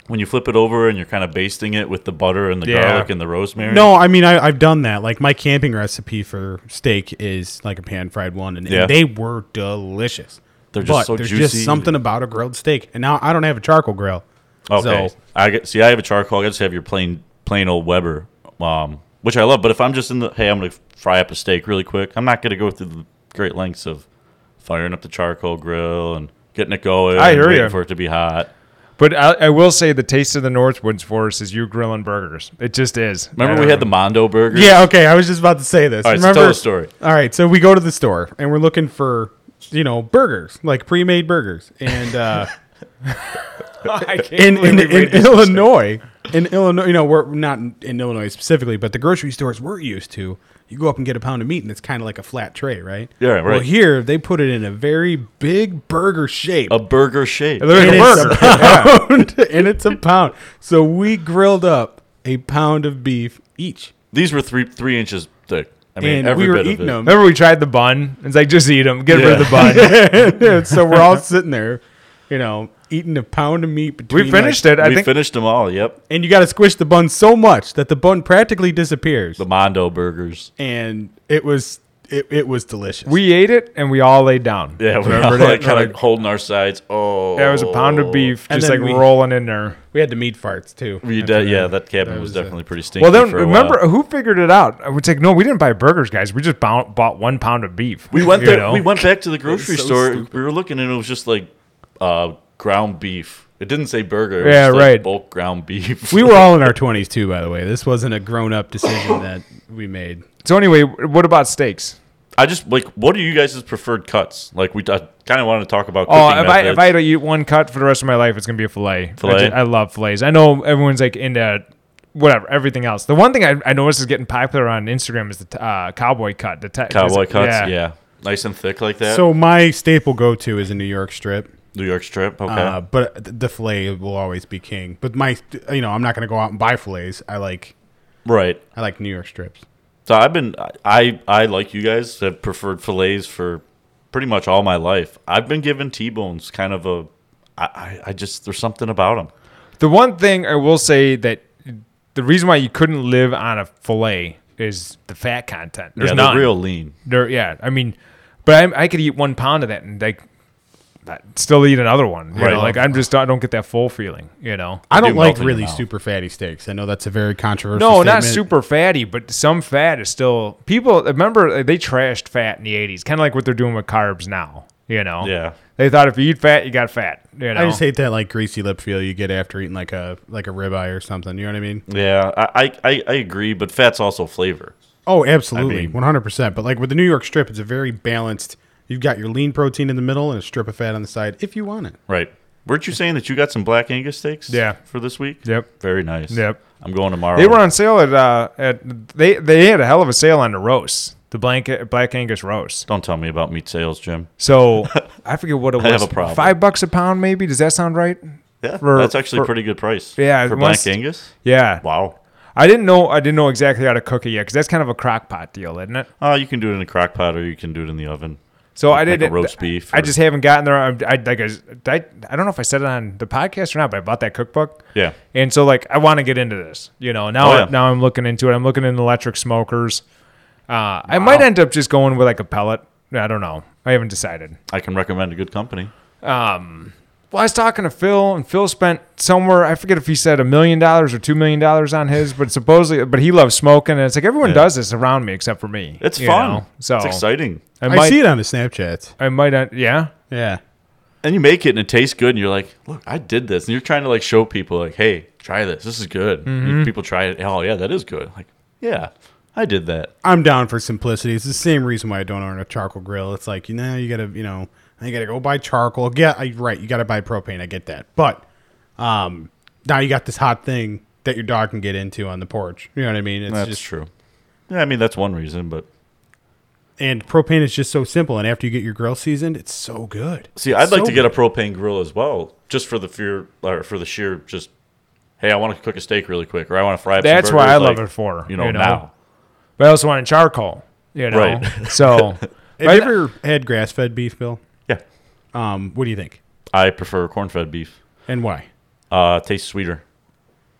Speaker 3: when you flip it over and you're kind of basting it with the butter and the
Speaker 1: Yeah.
Speaker 3: garlic and the rosemary.
Speaker 2: No, I mean I, I've done that. Like my camping recipe for steak is like a pan fried one, and, and
Speaker 3: Yeah.
Speaker 2: they were delicious.
Speaker 3: They're just
Speaker 2: but
Speaker 3: so
Speaker 2: there's
Speaker 3: juicy.
Speaker 2: just something about a grilled steak, and now I don't have a charcoal grill.
Speaker 3: Okay.
Speaker 2: So-
Speaker 3: I get, see. I have a charcoal. I just have your plain, plain old Weber, um, which I love. But if I'm just in the, hey, I'm gonna fry up a steak really quick. I'm not gonna go through the great lengths of firing up the charcoal grill and getting it going.
Speaker 1: I
Speaker 3: and
Speaker 1: hear
Speaker 3: waiting
Speaker 1: ya.
Speaker 3: for it to be hot.
Speaker 1: but I, I will say the taste of the Northwoods for us is you grilling burgers. It just is.
Speaker 3: Remember we had the Mondo burger?
Speaker 2: Yeah, okay. I was just about to say this.
Speaker 3: All right, so
Speaker 2: Remember,
Speaker 3: tell the story.
Speaker 2: All right, so we go to the store and we're looking for you know burgers, like pre-made burgers, and uh,
Speaker 1: I can't
Speaker 2: in
Speaker 1: believe
Speaker 2: in,
Speaker 1: we
Speaker 2: in,
Speaker 1: made this mistake.
Speaker 2: Illinois, in Illinois, you know we're not in in Illinois specifically, but the grocery stores we're used to. You go up and get a pound of meat, and it's kind of like a flat tray, right?
Speaker 3: Yeah, right.
Speaker 2: Well, here they put it in a very big burger shape.
Speaker 3: A burger shape.
Speaker 1: It looked like
Speaker 2: and
Speaker 1: a
Speaker 2: it's
Speaker 1: burger.
Speaker 2: a pound, and it's a pound. So we grilled up a pound of beef each,
Speaker 3: These were three three inches thick. I mean,
Speaker 2: and
Speaker 3: every
Speaker 2: we were
Speaker 3: bit
Speaker 2: eating
Speaker 3: of it.
Speaker 2: them.
Speaker 1: Remember we tried the bun. It's like just eat them. Get rid of the bun.
Speaker 2: And so we're all sitting there, you know, eating a pound of meat between.
Speaker 1: We finished
Speaker 2: like-
Speaker 1: it. I
Speaker 3: we
Speaker 1: think
Speaker 3: finished them all. Yep,
Speaker 2: and you got to squish the bun so much that the bun practically disappears.
Speaker 3: the Mondo burgers.
Speaker 2: And it was it, it was delicious.
Speaker 1: we ate it and we all laid down.
Speaker 3: Yeah, we were all,
Speaker 1: Remembered
Speaker 3: like
Speaker 1: it.
Speaker 3: kind of
Speaker 1: Like,
Speaker 3: holding our sides. Oh,
Speaker 1: yeah, it was a pound of beef
Speaker 2: And
Speaker 1: just like
Speaker 2: then we-
Speaker 1: rolling in there.
Speaker 2: we had the meat farts too.
Speaker 3: You
Speaker 2: after
Speaker 3: did- yeah, that cabin
Speaker 2: That
Speaker 3: was,
Speaker 2: was, uh,
Speaker 3: definitely pretty stinky.
Speaker 1: Well, then
Speaker 3: for uh, a
Speaker 1: remember
Speaker 3: while.
Speaker 1: who figured it out? I would like, no, we didn't buy burgers, guys. We just bought, bought one pound of beef.
Speaker 3: We went
Speaker 1: You
Speaker 3: there.
Speaker 1: know?
Speaker 3: We went back to the grocery
Speaker 2: so
Speaker 3: store.
Speaker 2: stupid.
Speaker 3: We were looking, and it was just like uh, ground beef. It didn't say burger. It was
Speaker 1: Yeah,
Speaker 3: just, like,
Speaker 1: right.
Speaker 3: bulk ground beef.
Speaker 2: We were all in our twenties too, by the way. This wasn't a grown up decision that we made.
Speaker 1: So anyway, what about steaks?
Speaker 3: I just like. What are you guys' preferred cuts? Like we kind of wanted to talk about. Cooking
Speaker 1: Oh, if I if
Speaker 3: methods.
Speaker 1: I had to eat one cut for the rest of my life, it's gonna be a fillet.
Speaker 3: Filet?
Speaker 1: I, ju- I love fillets. I know everyone's like into whatever everything else. The one thing I, I noticed is getting popular on Instagram is the t- uh, cowboy cut. The te-
Speaker 3: cowboy
Speaker 1: is it-
Speaker 3: cuts, yeah. nice and thick like that.
Speaker 2: So my staple go to is a New York strip.
Speaker 3: New York strip. Okay.
Speaker 2: Uh, but th- the fillet will always be king. But my, you know, I'm not going to go out and buy fillets. I like,
Speaker 3: right.
Speaker 2: I like New York strips.
Speaker 3: So I've been I I like you guys have preferred fillets for pretty much all my life. I've been giving T-bones kind of a I I, I just there's something about them.
Speaker 1: The one thing I will say that the reason why you couldn't live on a fillet is the fat content. There's
Speaker 3: yeah,
Speaker 1: none.
Speaker 3: they're real lean.
Speaker 1: There, yeah. I mean, but I, I could eat one pound of that and like that, still eat another one. You
Speaker 3: Right.
Speaker 1: know? Like I'm just I don't get that full feeling. You know.
Speaker 2: I
Speaker 3: do
Speaker 2: don't
Speaker 3: melt
Speaker 2: like
Speaker 3: in your
Speaker 2: really
Speaker 3: mouth.
Speaker 2: super fatty steaks. I know that's a very controversial.
Speaker 1: No, not
Speaker 2: statement.
Speaker 1: super fatty, but some fat is still. People remember uh, they trashed fat in the '80s, kind of like what they're doing with carbs now. You know.
Speaker 3: Yeah.
Speaker 1: They thought if you eat fat, you got fat. You know.
Speaker 2: I just hate that like greasy lip feel you get after eating like a like a ribeye or something. You know what I mean?
Speaker 3: Yeah, I, I- I, I agree, but fat's also flavor.
Speaker 2: Oh, absolutely,
Speaker 3: mean-
Speaker 2: one hundred percent. But like with the New York strip, it's a very balanced. You've got your lean protein in the middle and a strip of fat on the side if you want it.
Speaker 3: Right. Weren't you saying that you got some black Angus steaks?
Speaker 1: Yeah.
Speaker 3: For this week.
Speaker 1: Yep.
Speaker 3: Very nice.
Speaker 1: Yep.
Speaker 3: I'm going tomorrow.
Speaker 1: They were on sale at uh at they they had a hell of a sale on the roast, the blanket black Angus roast.
Speaker 3: Don't tell me about meat sales, Jim.
Speaker 1: So I forget what it was.
Speaker 3: I have a problem.
Speaker 1: Five bucks a pound, maybe. Does that sound right?
Speaker 3: Yeah,
Speaker 1: For-
Speaker 3: that's actually
Speaker 1: for-
Speaker 3: a pretty good price.
Speaker 1: Yeah,
Speaker 3: for
Speaker 1: once-
Speaker 3: black Angus.
Speaker 1: Yeah.
Speaker 3: Wow.
Speaker 1: I didn't know. I didn't know exactly how to cook it yet because that's kind of a crock pot deal, isn't it?
Speaker 3: Oh, you can do it in a crock pot, or you can do it in the oven.
Speaker 1: So I
Speaker 3: like
Speaker 1: did
Speaker 3: a roast beef
Speaker 1: I
Speaker 3: or-
Speaker 1: just haven't gotten there. I, I like I, I, I don't know if I said it on the podcast or not, but I bought that cookbook.
Speaker 3: Yeah.
Speaker 1: And so like I want to get into this. You know now
Speaker 3: Oh, yeah.
Speaker 1: now I'm looking into it. I'm looking into electric smokers. Uh, I might end up just going with like a pellet. I don't know. I haven't decided.
Speaker 3: I can recommend a good company.
Speaker 1: Well, I was talking to Phil, and Phil spent somewhere I forget if he said a million dollars or two million dollars on his, but supposedly, but he loves smoking, and it's like everyone does this around me except for me.
Speaker 3: It's
Speaker 1: you
Speaker 3: fun.
Speaker 1: know? So
Speaker 3: it's exciting.
Speaker 1: I
Speaker 2: I,
Speaker 1: might,
Speaker 2: see it on the Snapchats.
Speaker 1: I might, uh, yeah.
Speaker 2: Yeah,
Speaker 3: and you make it and it tastes good and you're like look i did this and you're trying to like
Speaker 1: Mm-hmm.
Speaker 3: show people like hey try this this is good And people try it oh yeah that is good like yeah I did that.
Speaker 2: I'm down for simplicity. It's the same reason why I don't own a charcoal grill. It's like you know you gotta you know you gotta go buy charcoal. Yeah, I, right. You gotta buy propane. I get that, but um, now you got this hot thing that your dog can get into on the porch. You know what I mean? It's
Speaker 3: That's
Speaker 2: just
Speaker 3: true. Yeah, I mean that's one reason, but
Speaker 2: and propane is just so simple. And after you get your grill seasoned, it's so good.
Speaker 3: see, I'd
Speaker 2: It's
Speaker 3: like
Speaker 2: so
Speaker 3: to get a propane grill as well, just for the fear or for the sheer just. Hey, I want to cook a steak really quick, or I want to fry up. some
Speaker 1: That's what I
Speaker 3: burgers,
Speaker 1: love
Speaker 3: like,
Speaker 1: it for.
Speaker 3: You know, now
Speaker 1: But I also wanted charcoal. You know,
Speaker 3: Right.
Speaker 1: so
Speaker 2: good. Have you ever had grass fed beef, Bill?
Speaker 3: yeah,
Speaker 2: Um, what do you think
Speaker 3: I prefer corn-fed beef.
Speaker 2: and why?
Speaker 3: Uh, tastes sweeter,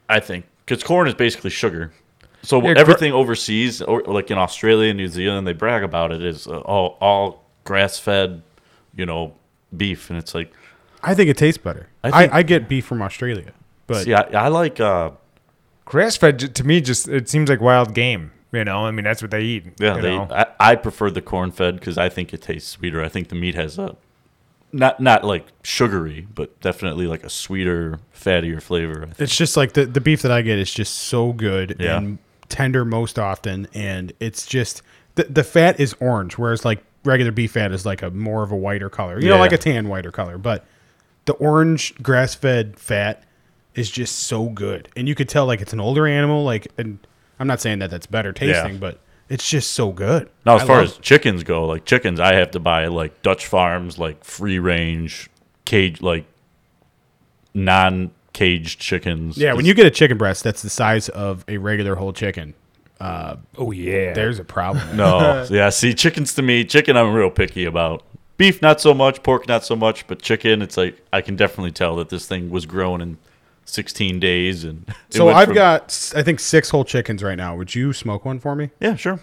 Speaker 3: I think, because corn is basically sugar. So
Speaker 1: Yeah, cor-
Speaker 3: everything overseas, or like in Australia and New Zealand, they brag about it is uh, all all grass-fed, you know, beef, and it's like
Speaker 2: I think it tastes better.
Speaker 3: I
Speaker 2: I,
Speaker 3: think-
Speaker 2: I, get beef from Australia, but
Speaker 3: See, I, I like uh,
Speaker 1: grass fed to me just it seems like wild game. You know, I mean that's what they eat.
Speaker 3: yeah.
Speaker 1: you
Speaker 3: They,
Speaker 1: know?
Speaker 3: I, I prefer the corn fed because I think it tastes sweeter. I think the meat has a not not like sugary, but definitely like a sweeter, fattier flavor. I think.
Speaker 2: it's just like the, the beef that I get is just so good
Speaker 3: Yeah.
Speaker 2: and tender most often, and it's just the the fat is orange, whereas like regular beef fat is like a more of a whiter color, you know,
Speaker 3: Yeah.
Speaker 2: like a tan whiter color. But the orange grass fed fat is just so good, and you could tell like it's an older animal. Like, and I'm not saying that that's better tasting, but it's just so good.
Speaker 3: Now, as
Speaker 2: I
Speaker 3: far
Speaker 2: love
Speaker 3: as chickens go, like chickens, I have to buy like Dutch farms, like free range, cage, like non caged chickens.
Speaker 2: yeah, when you get a chicken breast that's the size of a regular whole chicken, uh,
Speaker 1: oh yeah.
Speaker 2: there's a problem.
Speaker 3: no, yeah, see, chickens to me, chicken, I'm real picky about. Beef, not so much. Pork, not so much. But chicken, it's like I can definitely tell that this thing was grown in 16 days, and it
Speaker 2: So
Speaker 3: went
Speaker 2: I've
Speaker 3: from-
Speaker 2: got s- I think six whole chickens right now. Would you smoke one for me?
Speaker 3: yeah, sure.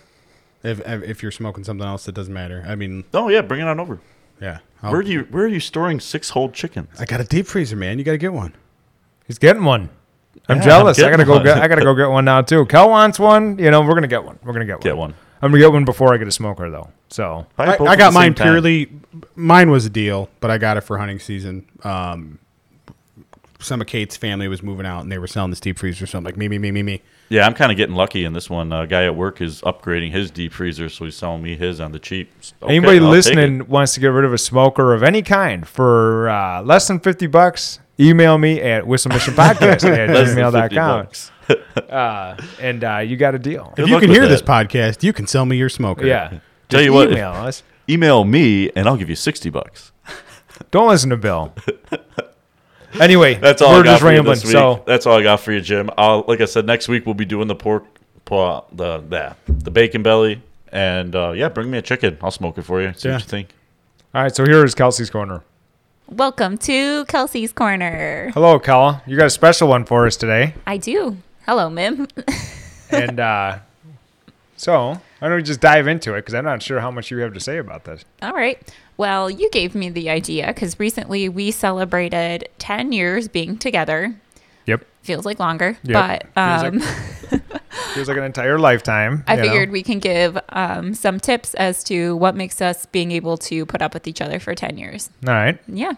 Speaker 2: If if you're smoking something else, it doesn't matter. I mean,
Speaker 3: Oh yeah, bring it on over.
Speaker 2: yeah. I'll-
Speaker 3: Where do you where are you storing six whole chickens?
Speaker 2: I got a deep freezer, man. You got to get one.
Speaker 1: He's getting one. I'm
Speaker 3: Yeah,
Speaker 1: jealous.
Speaker 3: I'm
Speaker 1: I gotta
Speaker 3: getting
Speaker 1: go. Get,
Speaker 3: one.
Speaker 1: I gotta go get one now too. Kel wants one. You know, we're gonna get one. We're gonna get one.
Speaker 3: Get one.
Speaker 1: I'm gonna get one before I get a smoker though. So
Speaker 2: I,
Speaker 3: both
Speaker 2: I
Speaker 3: at the
Speaker 2: got
Speaker 3: same
Speaker 2: mine
Speaker 3: time.
Speaker 2: purely. Mine was a deal, but I got it for hunting season. Um, some of Kate's family was moving out, and they were selling this deep freezer. So I'm like, me, me, me, me, me.
Speaker 3: Yeah, I'm kind of getting lucky in this one. A guy at work is upgrading his deep freezer, so he's selling me his on the cheap. Okay,
Speaker 1: anybody
Speaker 3: I'll take it.
Speaker 1: listening wants to get rid of a smoker of any kind for uh, less than fifty bucks, email me at whistlemissionpodcast at
Speaker 3: Less than $50
Speaker 1: gmail.com.
Speaker 3: bucks.
Speaker 1: Uh, and uh, you got a deal.
Speaker 3: Good
Speaker 2: if you
Speaker 3: luck
Speaker 2: can
Speaker 3: with
Speaker 2: hear this
Speaker 3: that.
Speaker 2: podcast, you can sell me your smoker.
Speaker 1: Yeah.
Speaker 3: Tell
Speaker 1: Just
Speaker 3: you what, if-
Speaker 1: email us.
Speaker 3: Email me and I'll give you sixty bucks.
Speaker 1: Don't listen to Bill. Anyway,
Speaker 3: That's all.
Speaker 1: We're
Speaker 3: I got
Speaker 1: just
Speaker 3: for
Speaker 1: rambling.
Speaker 3: You this week.
Speaker 1: So
Speaker 3: that's all I got for you, Jim. I'll, like I said, next week we'll be doing the pork, paw, the that, the bacon belly, and uh, yeah, bring me a chicken. I'll smoke it for you. See
Speaker 2: Yeah.
Speaker 3: what you think.
Speaker 1: all right. So here is Kelsey's corner.
Speaker 4: Welcome to Kelsey's Corner.
Speaker 1: Hello, Kel. You got a special one for us today.
Speaker 4: I do. Hello, Mim.
Speaker 1: and uh, so why don't we just dive into it? Because I'm not sure how much you have to say about this.
Speaker 4: All right. Well, you gave me the idea because recently we celebrated 10 years being together.
Speaker 1: Yep,
Speaker 4: Feels like longer,
Speaker 1: Yep.
Speaker 4: but um,
Speaker 1: Feels feels like an entire lifetime.
Speaker 4: I
Speaker 1: you know?
Speaker 4: figured we can give um, some tips as to what makes us being able to put up with each other for 10 years.
Speaker 1: All right,
Speaker 4: Yeah.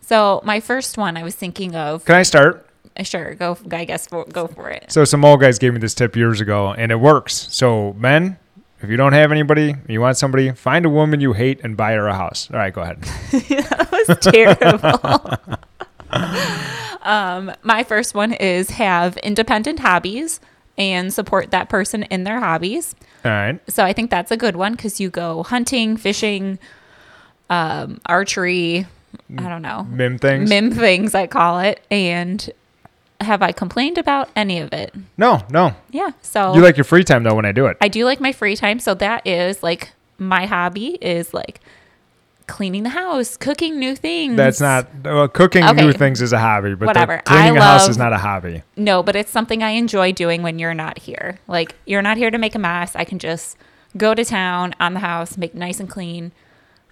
Speaker 4: So my first one I was thinking of,
Speaker 1: can I start?
Speaker 4: sure, go, I guess, for, go for it.
Speaker 1: So some old guys gave me this tip years ago, and it works. So men, if you don't have anybody, you want somebody, find a woman you hate and buy her a house. All right, go ahead.
Speaker 4: was terrible. um, my first one is have independent hobbies and support that person in their hobbies.
Speaker 1: All right,
Speaker 4: So I think that's a good one because you go hunting, fishing, um, archery. I don't know.
Speaker 1: mim things.
Speaker 4: Mim things, I call it. And have I complained about any of it?
Speaker 1: No, no.
Speaker 4: Yeah. So
Speaker 1: You like your free time though when I do it.
Speaker 4: Oh. I do like my free time. So that is like my hobby is like cleaning the house, cooking new things.
Speaker 1: That's not well, cooking new
Speaker 4: Okay.
Speaker 1: things is a hobby, but the-
Speaker 4: Whatever.
Speaker 1: cleaning
Speaker 4: I
Speaker 1: a house
Speaker 4: love-
Speaker 1: is not a hobby.
Speaker 4: No, but it's something I enjoy doing when you're not here. Like you're not here to make a mess. I can just go to town on the house, make it nice and clean,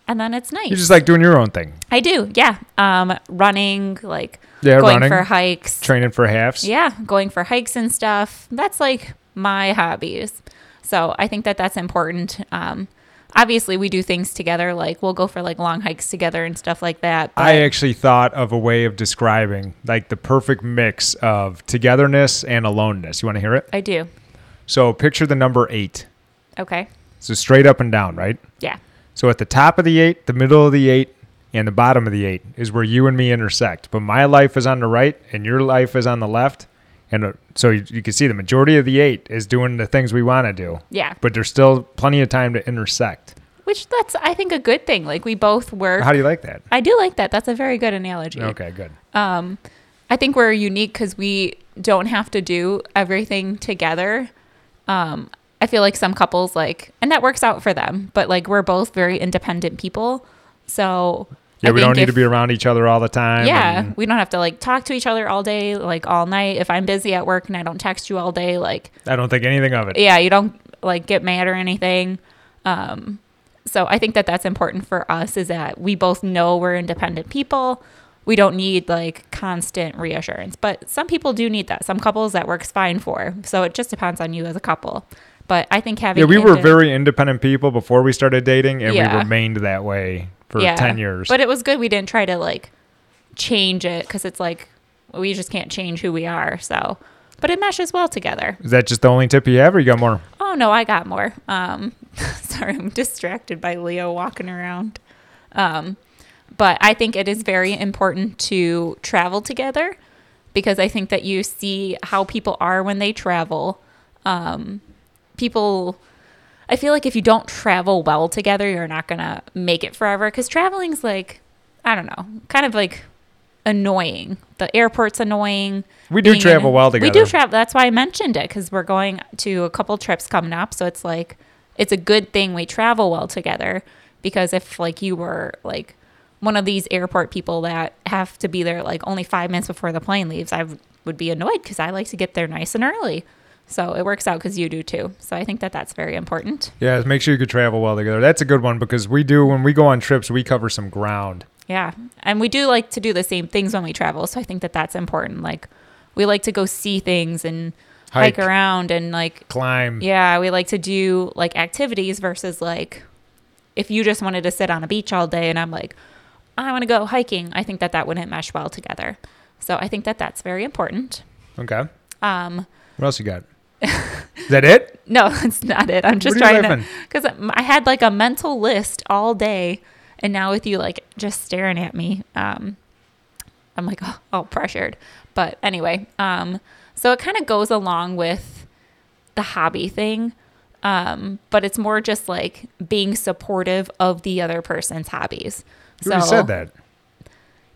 Speaker 4: and then it's nice.
Speaker 1: You just like doing your own thing,
Speaker 4: I do, yeah. Um, running, like
Speaker 1: Yeah,
Speaker 4: going
Speaker 1: running.
Speaker 4: for hikes.
Speaker 1: training for halves.
Speaker 4: yeah, going for hikes and stuff. That's like my hobbies. So I think that that's important. Um, obviously, we do things together. Like we'll go for like long hikes together and stuff like that. But
Speaker 1: I actually thought of a way of describing like the perfect mix of togetherness and aloneness. You want to hear it?
Speaker 4: I do.
Speaker 1: So picture the number eight.
Speaker 4: Okay.
Speaker 1: So straight up and down, right?
Speaker 4: Yeah.
Speaker 1: So at the top of the eight, the middle of the eight, and the bottom of the eight is where you and me intersect. But my life is on the right, and your life is on the left. And uh, so you, you can see the majority of the eight is doing the things we want to do,
Speaker 4: Yeah.
Speaker 1: but there's still plenty of time to intersect.
Speaker 4: Which that's I think a good thing. Like we both work.
Speaker 1: How do you like that?
Speaker 4: I do like that. That's a very good analogy.
Speaker 1: Okay, good.
Speaker 4: Um, I think we're unique because we don't have to do everything together. Um, I feel like some couples like, and that works out for them. But like we're both very independent people, so
Speaker 1: Yeah,
Speaker 4: I
Speaker 1: we don't
Speaker 4: think
Speaker 1: need to
Speaker 4: if-
Speaker 1: be around each other all the time.
Speaker 4: Yeah,
Speaker 1: and-
Speaker 4: we don't have to like talk to each other all day, like all night. If I'm busy at work and I don't text you all day, like
Speaker 1: I don't think anything of it.
Speaker 4: yeah, you don't like get mad or anything. Um, so I think that that's important for us is that we both know we're independent people. We don't need like constant reassurance, but some people do need that. Some couples that works fine for. So it just depends on you as a couple. But I think having
Speaker 1: Yeah, we were
Speaker 4: independent-
Speaker 1: very independent people before we started dating, and we
Speaker 4: Yeah.
Speaker 1: remained that way for
Speaker 4: Yeah.
Speaker 1: 10 years.
Speaker 4: But it was good. We didn't try to like change it because it's like we just can't change who we are. So, but it meshes well together.
Speaker 1: is that just the only tip you have, or you got more?
Speaker 4: Oh no, I got more. Um, sorry, I'm distracted by Leo walking around. Um, but I think it is very important to travel together because I think that you see how people are when they travel. Um, people, I feel like if you don't travel well together, you're not gonna make it forever because traveling's like, I don't know, kind of like annoying. The airport's annoying.
Speaker 1: We do
Speaker 4: being in-
Speaker 1: travel well
Speaker 4: We
Speaker 1: together.
Speaker 4: do travel. That's why I mentioned it because we're going to a couple trips coming up. So it's like, it's a good thing we travel well together because if like you were like one of these airport people that have to be there like only five minutes before the plane leaves, I w- would be annoyed because I like to get there nice and early. So it works out because you do too. So I think that that's very important.
Speaker 1: Yeah, make sure you could travel well together. That's a good one because we do, when we go on trips, we cover some ground.
Speaker 4: Yeah. And we do like to do the same things when we travel. So I think that that's important. Like, we like to go see things and hike,
Speaker 1: Hike.
Speaker 4: around and like,
Speaker 1: Climb.
Speaker 4: yeah, we like to do like activities versus like if you just wanted to sit on a beach all day and I'm like, I want to go hiking. I think that that wouldn't mesh well together. So I think that that's very important.
Speaker 1: Okay.
Speaker 4: Um,
Speaker 1: What else you got? is that it?
Speaker 4: no, that's not it. I'm just
Speaker 1: What are you
Speaker 4: trying to
Speaker 1: laughing?
Speaker 4: because I had like a mental list all day, and now with you like just staring at me, um, I'm like oh, all pressured. But anyway, um, so it kind of goes along with the hobby thing, um, but it's more just like being supportive of the other person's hobbies.
Speaker 1: You already said that.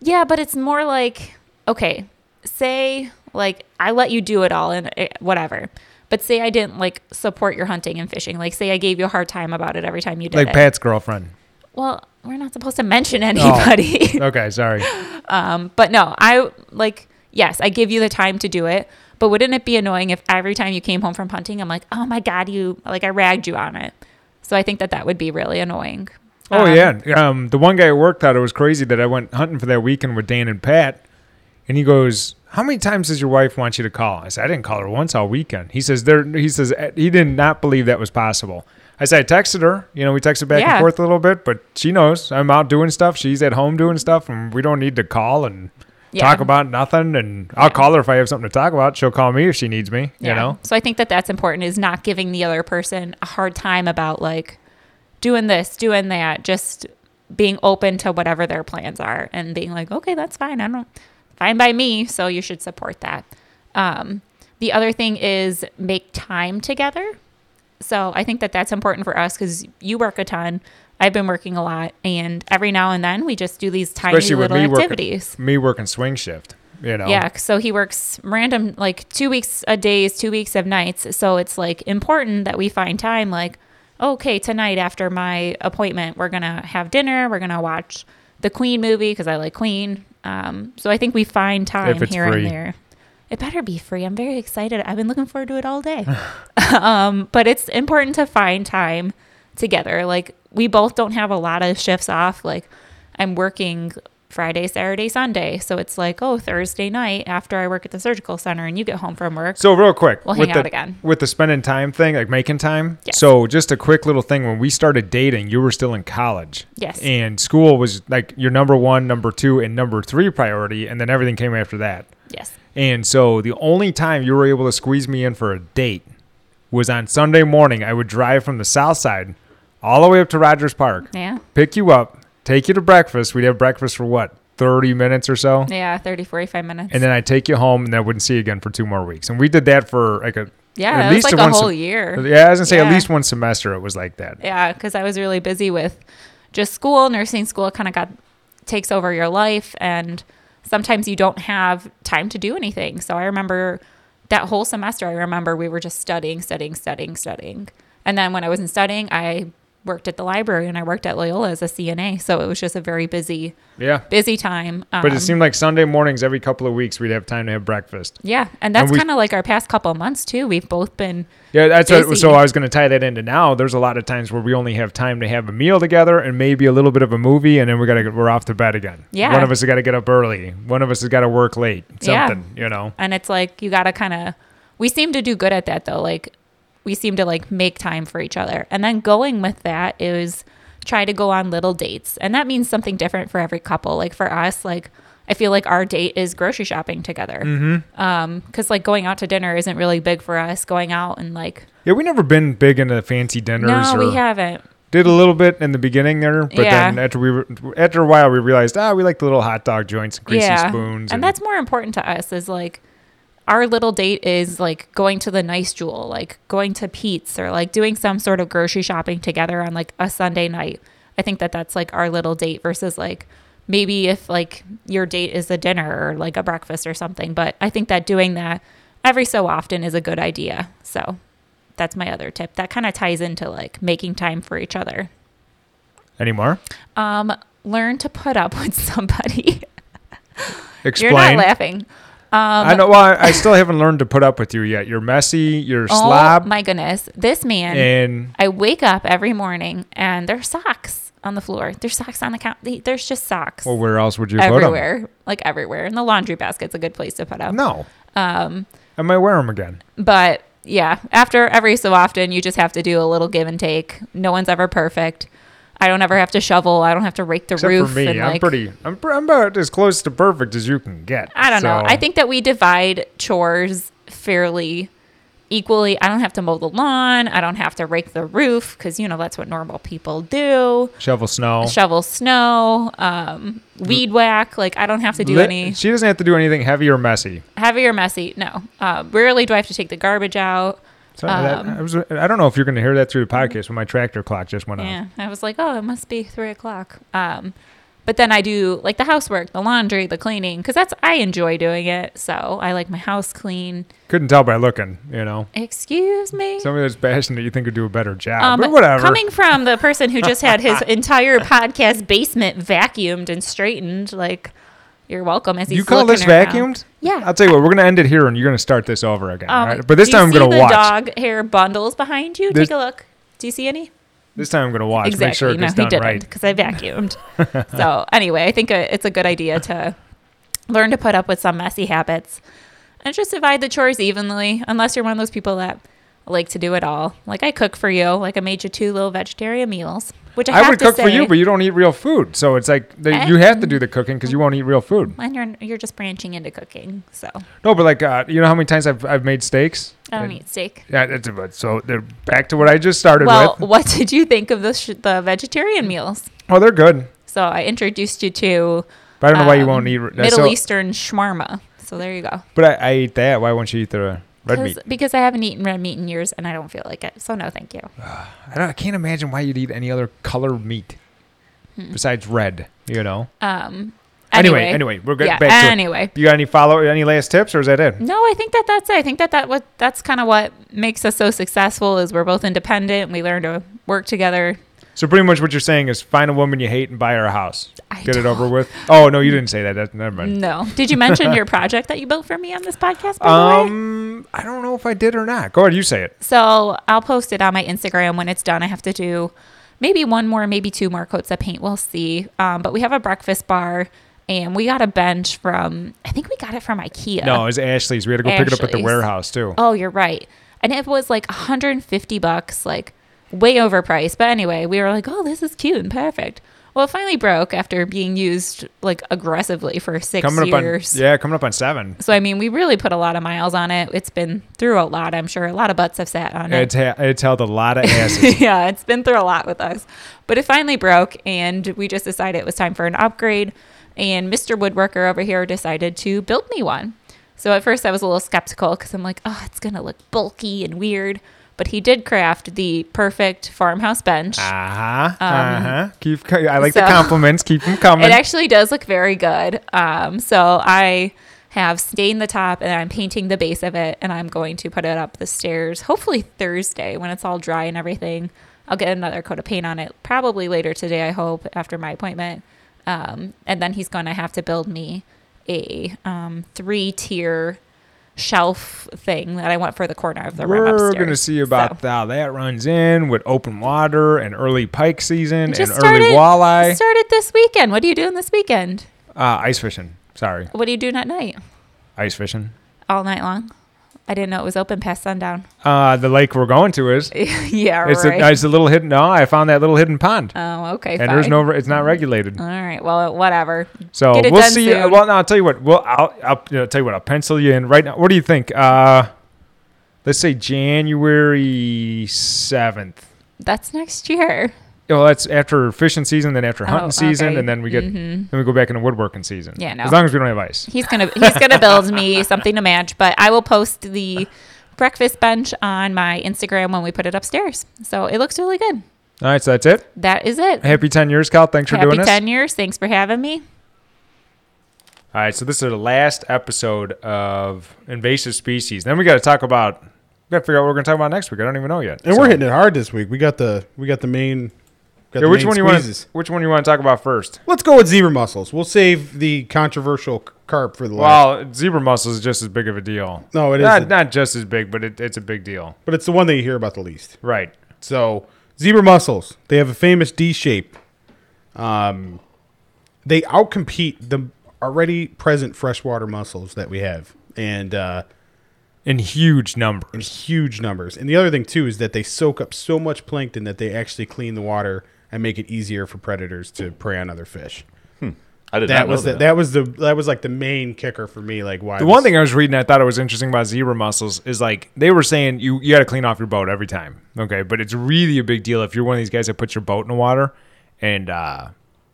Speaker 4: Yeah, but it's more like, okay, say like I let you do it all and eh, whatever. But say I didn't like support your hunting and fishing. Like say I gave you a hard time about it every time you did
Speaker 1: Like
Speaker 4: it.
Speaker 1: Pat's girlfriend. Oh.
Speaker 4: well, we're not supposed to mention anybody.
Speaker 1: Okay, sorry.
Speaker 4: but no, I like yes, I give you the time to do it. But wouldn't it be annoying if every time you came home from hunting, I'm like, oh my god, you like I ragged you on it. So I think that that would be really annoying.
Speaker 1: Oh
Speaker 4: Um,
Speaker 1: yeah, um, the one guy at work thought it was crazy that I went hunting for that weekend with Dan and Pat, and he goes, "How many times does your wife want you to call?" I said, "I didn't call her once all weekend." He says, "There," he says, eh, "He did not believe that was possible." I said, "I texted her. You know, we texted back
Speaker 4: Yeah.
Speaker 1: and forth a little bit, but she knows I'm out doing stuff. She's at home doing stuff, and we don't need to call and
Speaker 4: Yeah.
Speaker 1: talk about nothing. And I'll call her if I have something to talk about. She'll call me if she needs me. You know."
Speaker 4: So I think that that's important is not giving the other person a hard time about like doing this, doing that, just being open to whatever their plans are and being like, okay, that's fine. I don't, fine by me. So you should support that. Um, the other thing is make time together. So I think that that's important for us because you work a ton. I've been working a lot, and every now and then we just do these tiny
Speaker 1: Especially with
Speaker 4: little
Speaker 1: me
Speaker 4: activities.
Speaker 1: working, me working swing shift. You know.
Speaker 4: Yeah, so he works random like two weeks a days, two weeks of nights. So it's like important that we find time like, okay, tonight after my appointment, we're gonna have dinner, we're gonna watch the Queen movie because I like Queen. Um, so I think we find time
Speaker 1: it's
Speaker 4: here
Speaker 1: free.
Speaker 4: and there. It better be free. I'm very excited. I've been looking forward to it all day. um, but it's important to find time together. Like we both don't have a lot of shifts off. Like I'm working Friday, Saturday, Sunday. So it's like, oh, Thursday night after I work at the surgical center and you get home from work.
Speaker 1: So real quick,
Speaker 4: We'll
Speaker 1: with
Speaker 4: hang out
Speaker 1: the,
Speaker 4: again.
Speaker 1: with the spending time thing, like making time.
Speaker 4: Yes.
Speaker 1: So just a quick little thing: when we started dating, you were still in college.
Speaker 4: Yes.
Speaker 1: And school was like your number one, number two, and number three priority, and then everything came after that.
Speaker 4: Yes.
Speaker 1: And so the only time you were able to squeeze me in for a date was on Sunday morning. I would drive from the south side all the way up to Rogers Park,
Speaker 4: Yeah.
Speaker 1: pick you up, take you to breakfast. We'd have breakfast for what, 30 minutes or so?
Speaker 4: Yeah. 30, 45 minutes.
Speaker 1: And then I'd take you home and I wouldn't see you again for two more weeks. And we did that for like a.
Speaker 4: yeah.
Speaker 1: at
Speaker 4: That was
Speaker 1: least
Speaker 4: like
Speaker 1: one
Speaker 4: a whole
Speaker 1: sem-
Speaker 4: year.
Speaker 1: Yeah, I was going to say at
Speaker 4: Yeah.
Speaker 1: least one semester it was like that.
Speaker 4: Yeah, because I was really busy with just school. Nursing school kind of got takes over your life, and sometimes you don't have time to do anything. So I remember that whole semester. I remember we were just studying, studying, studying, studying, and then when I wasn't studying, I worked at the library and I worked at Loyola as a CNA. So it was just a very busy,
Speaker 1: Yeah.
Speaker 4: busy time. Um,
Speaker 1: But it seemed like Sunday mornings every couple of weeks we'd have time to have breakfast.
Speaker 4: yeah, and
Speaker 1: and
Speaker 4: that's
Speaker 1: we-
Speaker 4: kind of like our past couple of months too. We've both been
Speaker 1: Yeah, that's what, so.
Speaker 4: busy.
Speaker 1: I was going to tie that into now. There's a lot of times where we only have time to have a meal together and maybe a little bit of a movie, and then we got to we're off to bed again.
Speaker 4: Yeah.
Speaker 1: one of us has got to get up early. One of us has got to work late.
Speaker 4: Yeah.
Speaker 1: Something, you know.
Speaker 4: and it's like you gotta kind of we seem to do good at that though like we seem to like make time for each other and then going with that is try to go on little dates and that means something different for every couple like for us like i feel like our date is grocery shopping together mm-hmm. because like going out to dinner isn't really big for us going out and like
Speaker 1: Yeah, we never been big into fancy dinners.
Speaker 4: no
Speaker 1: or
Speaker 4: we haven't
Speaker 1: Did a little bit in the beginning there, but
Speaker 4: Yeah.
Speaker 1: then after we were, after a while we realized ah we like the little hot dog joints, and greasy
Speaker 4: yeah
Speaker 1: spoons,
Speaker 4: and, that's more important to us is like our little date is like going to the nice jewel like going to pete's or like doing some sort of grocery shopping together on like a sunday night i think that that's like our little date versus like maybe if like your date is a dinner or like a breakfast or something but i think that doing that every so often is a good idea so that's my other tip that kind of ties into like making time for each other
Speaker 1: anymore.
Speaker 4: um learn to put up with somebody
Speaker 1: Explain.
Speaker 4: you're not Um, laughing
Speaker 1: I know. Well, I, I still haven't learned to put up with you yet. You're messy. You're slob,
Speaker 4: Oh my goodness. This man,
Speaker 1: and
Speaker 4: I wake up every morning and there's socks on the floor. There's socks on the count. There's just socks
Speaker 1: well, where else would you put 'em?
Speaker 4: everywhere, like everywhere. And the laundry basket's a good place to put up.
Speaker 1: No. Um, I might wear them again.
Speaker 4: But yeah, after every so often, you just have to do a little give and take. No one's ever perfect. I don't ever have to shovel. I don't have to rake the
Speaker 1: Except
Speaker 4: roof.
Speaker 1: for me,
Speaker 4: and,
Speaker 1: I'm
Speaker 4: like,
Speaker 1: pretty. I'm, pr- I'm about as close to perfect as you can get.
Speaker 4: I don't know.
Speaker 1: so-
Speaker 4: I think that we divide chores fairly equally. I don't have to mow the lawn. I don't have to rake the roof because, you know, that's what normal people do.
Speaker 1: shovel snow.
Speaker 4: Shovel snow, um, weed whack. Like, I don't have to do
Speaker 1: Li-
Speaker 4: any
Speaker 1: She doesn't have to do anything heavy or messy.
Speaker 4: heavy or messy. No. Uh, rarely do I have to take the garbage out.
Speaker 1: So that,
Speaker 4: Um,
Speaker 1: I, was, I don't know if you're going to hear that through the podcast, but my tractor clock just went
Speaker 4: Yeah,
Speaker 1: off.
Speaker 4: I was like, oh, it must be three o'clock. Um, but then I do like the housework, the laundry, the cleaning, because that's I enjoy doing it. So I like my house clean.
Speaker 1: Couldn't tell by looking, you know.
Speaker 4: Excuse me.
Speaker 1: Somebody that's bashing that you think would do a better job,
Speaker 4: Um,
Speaker 1: but whatever.
Speaker 4: Coming from the person who just had his entire podcast basement vacuumed and straightened, like you're welcome. As he's
Speaker 1: you call this
Speaker 4: looking around.
Speaker 1: vacuumed?
Speaker 4: Yeah.
Speaker 1: I'll tell you what. We're going to end it here, and you're going to start this over again. all
Speaker 4: Um,
Speaker 1: right? But this
Speaker 4: do you
Speaker 1: time I'm
Speaker 4: see
Speaker 1: going to
Speaker 4: the
Speaker 1: watch.
Speaker 4: dog hair bundles behind you.
Speaker 1: This-
Speaker 4: Take a look. Do you see any?
Speaker 1: This time I'm going to watch. Make sure it
Speaker 4: no,
Speaker 1: gets
Speaker 4: he
Speaker 1: done
Speaker 4: didn't
Speaker 1: right.
Speaker 4: because I vacuumed. so anyway, I think uh, it's a good idea to learn to put up with some messy habits and just divide the chores evenly. Unless you're one of those people that like to do it all. Like I cook for you. Like I made you two little vegetarian meals, which I,
Speaker 1: I
Speaker 4: have
Speaker 1: would
Speaker 4: to
Speaker 1: cook for
Speaker 4: say-
Speaker 1: you, but you don't eat real food, so it's like the, you
Speaker 4: Eh.
Speaker 1: have to do the cooking because you won't eat real food.
Speaker 4: and you're you're just branching into cooking. So
Speaker 1: No, but like uh, you know how many times I've I've made steaks.
Speaker 4: I don't
Speaker 1: And-
Speaker 4: eat steak.
Speaker 1: Yeah, that's about so. They're back to what I just started
Speaker 4: Well,
Speaker 1: with.
Speaker 4: what did you think of the sh- the vegetarian meals?
Speaker 1: Oh, they're good,
Speaker 4: So I introduced you to
Speaker 1: but I don't know why you
Speaker 4: um,
Speaker 1: won't eat re-
Speaker 4: Middle
Speaker 1: so-
Speaker 4: Eastern shawarma. So there you go.
Speaker 1: But I, I eat that. Why won't you eat the red
Speaker 4: 'Cause-
Speaker 1: meat?
Speaker 4: Because I haven't eaten red meat in years and I don't feel like it. So no, thank you.
Speaker 1: I, don't, I can't imagine why you'd eat any other color meat
Speaker 4: Hmm.
Speaker 1: besides red. You know.
Speaker 4: Um.
Speaker 1: Anyway, anyway, we're getting
Speaker 4: yeah,
Speaker 1: back to it.
Speaker 4: anyway.
Speaker 1: You got any follow? Any last tips, or is that it?
Speaker 4: No, I think that that's it. I think that that what that's kind of what makes us so successful is we're both independent. We learn to work together.
Speaker 1: So pretty much what you're saying is find a woman you hate and buy her a house.
Speaker 4: I
Speaker 1: Get it over
Speaker 4: don't-
Speaker 1: with. Oh no, you didn't say that. That's never mind.
Speaker 4: No, did you mention your project that you built for me on this podcast? By the way?
Speaker 1: Um, I don't know if I did or not. Go ahead, you say it.
Speaker 4: So I'll post it on my Instagram when it's done. I have to do maybe one more, maybe two more coats of paint. We'll see. Um, but we have a breakfast bar and we got a bench from, I think we got it from IKEA.
Speaker 1: No, it was Ashley's. We had to go pick it up at the
Speaker 4: Ashley's.
Speaker 1: warehouse too.
Speaker 4: Oh, you're right. And it was like 150 bucks, like way overpriced. But anyway, we were like, oh, this is cute and perfect. Well, it finally broke after being used like aggressively for six
Speaker 1: Coming up on
Speaker 4: years.
Speaker 1: yeah, coming up on seven.
Speaker 4: So I mean, we really put a lot of miles on it. It's been through a lot. I'm sure a lot of butts have sat on it.
Speaker 1: It's, ha- it's held a lot of asses.
Speaker 4: yeah, it's been through a lot with us. But it finally broke, and we just decided it was time for an upgrade. And Mr. Woodworker over here decided to build me one. So at first, I was a little skeptical because I'm like, oh, it's going to look bulky and weird. But he did craft the perfect farmhouse bench.
Speaker 1: uh huh. uh huh. Keep. co- I like the
Speaker 4: Um, so-
Speaker 1: compliments. Keep them coming.
Speaker 4: It actually does look very good. Um, so I have stained the top and I'm painting the base of it and I'm going to put it up the stairs hopefully Thursday when it's all dry and everything. I'll get another coat of paint on it probably later today, I hope, after my appointment. Um, and then he's going to have to build me a um, three tier shelf thing that I want for the corner of the room
Speaker 1: We're
Speaker 4: upstairs.
Speaker 1: gonna see about
Speaker 4: So-
Speaker 1: how that runs in with open water and early pike season and
Speaker 4: Just
Speaker 1: early
Speaker 4: started-
Speaker 1: walleye.
Speaker 4: Started this weekend. What are you doing this weekend?
Speaker 1: uh, ice fishing. Sorry,
Speaker 4: What are you doing at night?
Speaker 1: ice fishing.
Speaker 4: all night long. I didn't know it was open past sundown.
Speaker 1: Uh, the lake we're going to is.
Speaker 4: yeah,
Speaker 1: It's
Speaker 4: right.
Speaker 1: a, it's a little hidden. No, I found that little hidden pond,
Speaker 4: oh, okay.
Speaker 1: and there's
Speaker 4: fine.
Speaker 1: no. It's not regulated.
Speaker 4: All right. Well, whatever.
Speaker 1: So
Speaker 4: Uh, Get it
Speaker 1: we'll
Speaker 4: done
Speaker 1: see.
Speaker 4: soon.
Speaker 1: Well, no, I'll tell you what. Well, I'll, I'll you know, tell you what. I'll pencil you in right now. What do you think? Uh, let's say January seventh.
Speaker 4: That's next year.
Speaker 1: Well, that's after fishing season, then after
Speaker 4: Oh,
Speaker 1: hunting season,
Speaker 4: okay. Mm-hmm.
Speaker 1: and then we get then we go back into woodworking season.
Speaker 4: Yeah, no.
Speaker 1: As long as we don't have ice.
Speaker 4: He's gonna he's gonna build me something to match. But I will post the breakfast bench on my Instagram when we put it upstairs. So it looks really good.
Speaker 1: All right, so that's it.
Speaker 4: That is it.
Speaker 1: Happy ten years, Kyle. Thanks for
Speaker 4: Happy
Speaker 1: doing this.
Speaker 4: ten years. Thanks for having me.
Speaker 1: All right, so this is the last episode of invasive species. Then we got to talk about. We got to figure out what we're going to talk about next week. I don't even know yet.
Speaker 2: And
Speaker 1: So-
Speaker 2: we're hitting it hard this week. We got the we got the main. Got
Speaker 1: Yeah,
Speaker 2: the
Speaker 1: which
Speaker 2: main
Speaker 1: one you want?
Speaker 2: squeezes.
Speaker 1: Which one you want to talk about first?
Speaker 2: Let's go with zebra mussels. We'll save the controversial c- carp for the last.
Speaker 1: Well, zebra mussel is just as big of a deal.
Speaker 2: No, it
Speaker 1: not,
Speaker 2: isn't.
Speaker 1: not just as big, but it, it's a big deal.
Speaker 2: But it's the one that you hear about the least.
Speaker 1: Right.
Speaker 2: So zebra mussels, they have a famous D shape. Um, they outcompete the already present freshwater mussels that we have, and uh,
Speaker 1: In huge
Speaker 2: in
Speaker 1: numbers.
Speaker 2: huge numbers. And the other thing too is that they soak up so much plankton that they actually clean the water and make it easier for predators to prey on other fish.
Speaker 3: I did
Speaker 2: That
Speaker 3: not know
Speaker 2: was the,
Speaker 3: that.
Speaker 2: that was the that was like the main kicker for me. Like why
Speaker 1: The
Speaker 2: this-
Speaker 1: one thing I was reading I thought it was interesting about zebra mussels is like they were saying you, you got to clean off your boat every time. Okay. But it's really a big deal if you're one of these guys that puts your boat in the water and uh,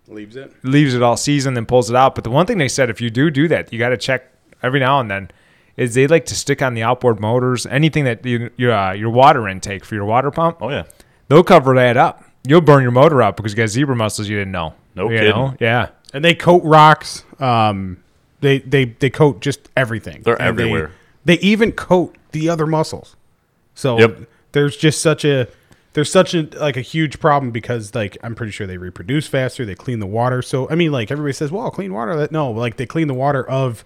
Speaker 2: leaves it.
Speaker 1: leaves it all season, then pulls it out. But the one thing they said, if you do do that, you got to check every now and then, is they like to stick on the outboard motors, anything that you, your uh, your water intake for your water pump.
Speaker 3: Oh yeah.
Speaker 1: They'll cover that up. You'll burn your motor out because you got zebra mussels you didn't know.
Speaker 3: No
Speaker 1: you
Speaker 3: kidding.
Speaker 1: Yeah.
Speaker 2: and they coat rocks. Um, they they they coat just everything.
Speaker 3: They're
Speaker 2: And they-
Speaker 3: everywhere.
Speaker 2: They, even coat the other muscles. So
Speaker 3: Yep.
Speaker 2: there's just such a there's such a like a huge problem because like I'm pretty sure they reproduce faster. They clean the water. So I mean, like everybody says, well, clean water. That no, like they clean the water of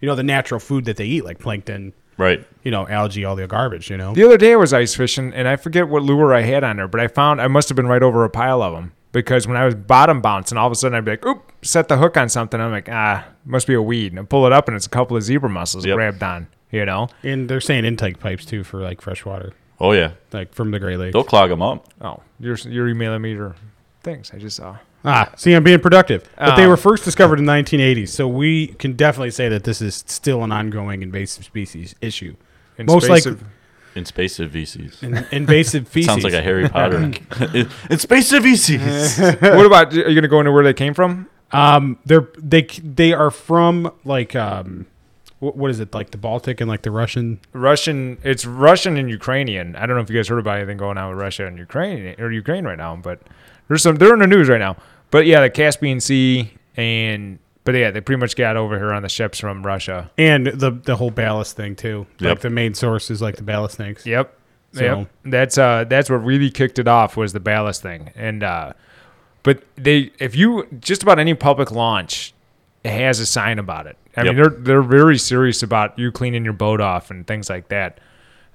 Speaker 2: you know the natural food that they eat, like plankton,
Speaker 3: Right.
Speaker 2: you know, algae, all the garbage. You know,
Speaker 1: The other day I was ice fishing, and I forget what lure I had on there, but I found I must have been right over a pile of them because when I was bottom bouncing, all of a sudden I'd be like, oop, set the hook on something. I'm like, ah, must be a weed. And I pull it up, and it's a couple of zebra mussels
Speaker 3: Yep.
Speaker 1: grabbed on, you know?
Speaker 2: and they're saying intake pipes too for like fresh water,
Speaker 3: Oh yeah.
Speaker 2: like from the Great Lakes.
Speaker 3: They'll clog them up.
Speaker 1: Oh, you're you're emailing me your things. I just saw.
Speaker 2: Ah, see, I'm being productive. But they
Speaker 3: Ah.
Speaker 1: Um,
Speaker 2: were first discovered in the 1980s, so we can definitely say that this is still an ongoing invasive species issue. Most likely,
Speaker 1: Invasive-
Speaker 3: Inspasive VCs.
Speaker 2: in, invasive feces.
Speaker 3: Sounds like a Harry Potter. Inspasive VCs.
Speaker 1: what about are you gonna go into where they came from?
Speaker 2: um, they're they they are from like um, wh- what is it like the Baltic and like the Russian?
Speaker 1: Russian. It's Russian and Ukrainian. I don't know if you guys heard about anything going on with Russia and Ukraine or Ukraine right now, but there's some. They're in the news right now. But yeah, the Caspian Sea and but yeah, they pretty much got over here on the ships from Russia.
Speaker 2: And the the whole ballast thing too.
Speaker 3: Yep.
Speaker 2: Like the main source is like the ballast things.
Speaker 1: Yep.
Speaker 2: So-
Speaker 1: Yep. That's uh that's what really kicked it off was the ballast thing. And uh but they if you just about any public launch has a sign about it. I mean
Speaker 3: Yep.
Speaker 1: they're they're very serious about you cleaning your boat off and things like that.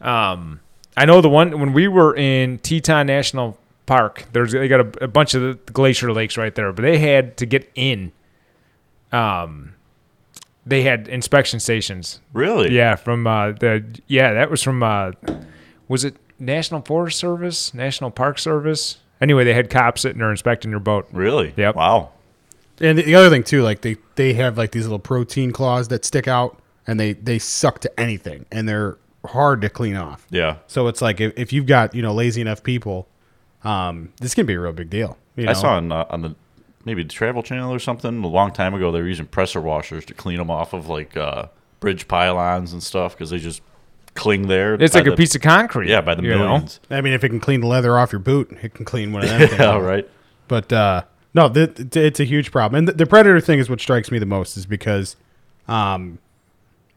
Speaker 1: Um I know the one when we were in Teton National Park, there's they got a, a bunch of the glacier lakes right there, but they had to get in um they had inspection stations
Speaker 3: really?
Speaker 1: yeah, from uh, the yeah, that was from uh, was it National Forest Service, National Park Service? Anyway, they had cops sitting there inspecting your boat.
Speaker 3: Really?
Speaker 1: Yep.
Speaker 3: Wow.
Speaker 2: And the other thing too, like they they have like these little protein claws that stick out, and they they suck to anything, and they're hard to clean off.
Speaker 3: Yeah.
Speaker 2: So it's like if, if you've got you know lazy enough people, um, this can be a real big deal. You know?
Speaker 3: I saw on, uh, on the maybe the Travel Channel or something a long time ago. They were using presser washers to clean them off of like uh, bridge pylons and stuff because they just cling there.
Speaker 1: It's
Speaker 3: by
Speaker 1: like a
Speaker 3: the-
Speaker 1: piece of concrete.
Speaker 3: Yeah, by the
Speaker 1: you know?
Speaker 3: millions.
Speaker 2: I mean, if it can clean the leather off your boot, it can clean one of them. things
Speaker 3: Yeah,
Speaker 2: off.
Speaker 3: right.
Speaker 2: But uh, no, th- th- it's a huge problem. And th- the predator thing is what strikes me the most, is because, um,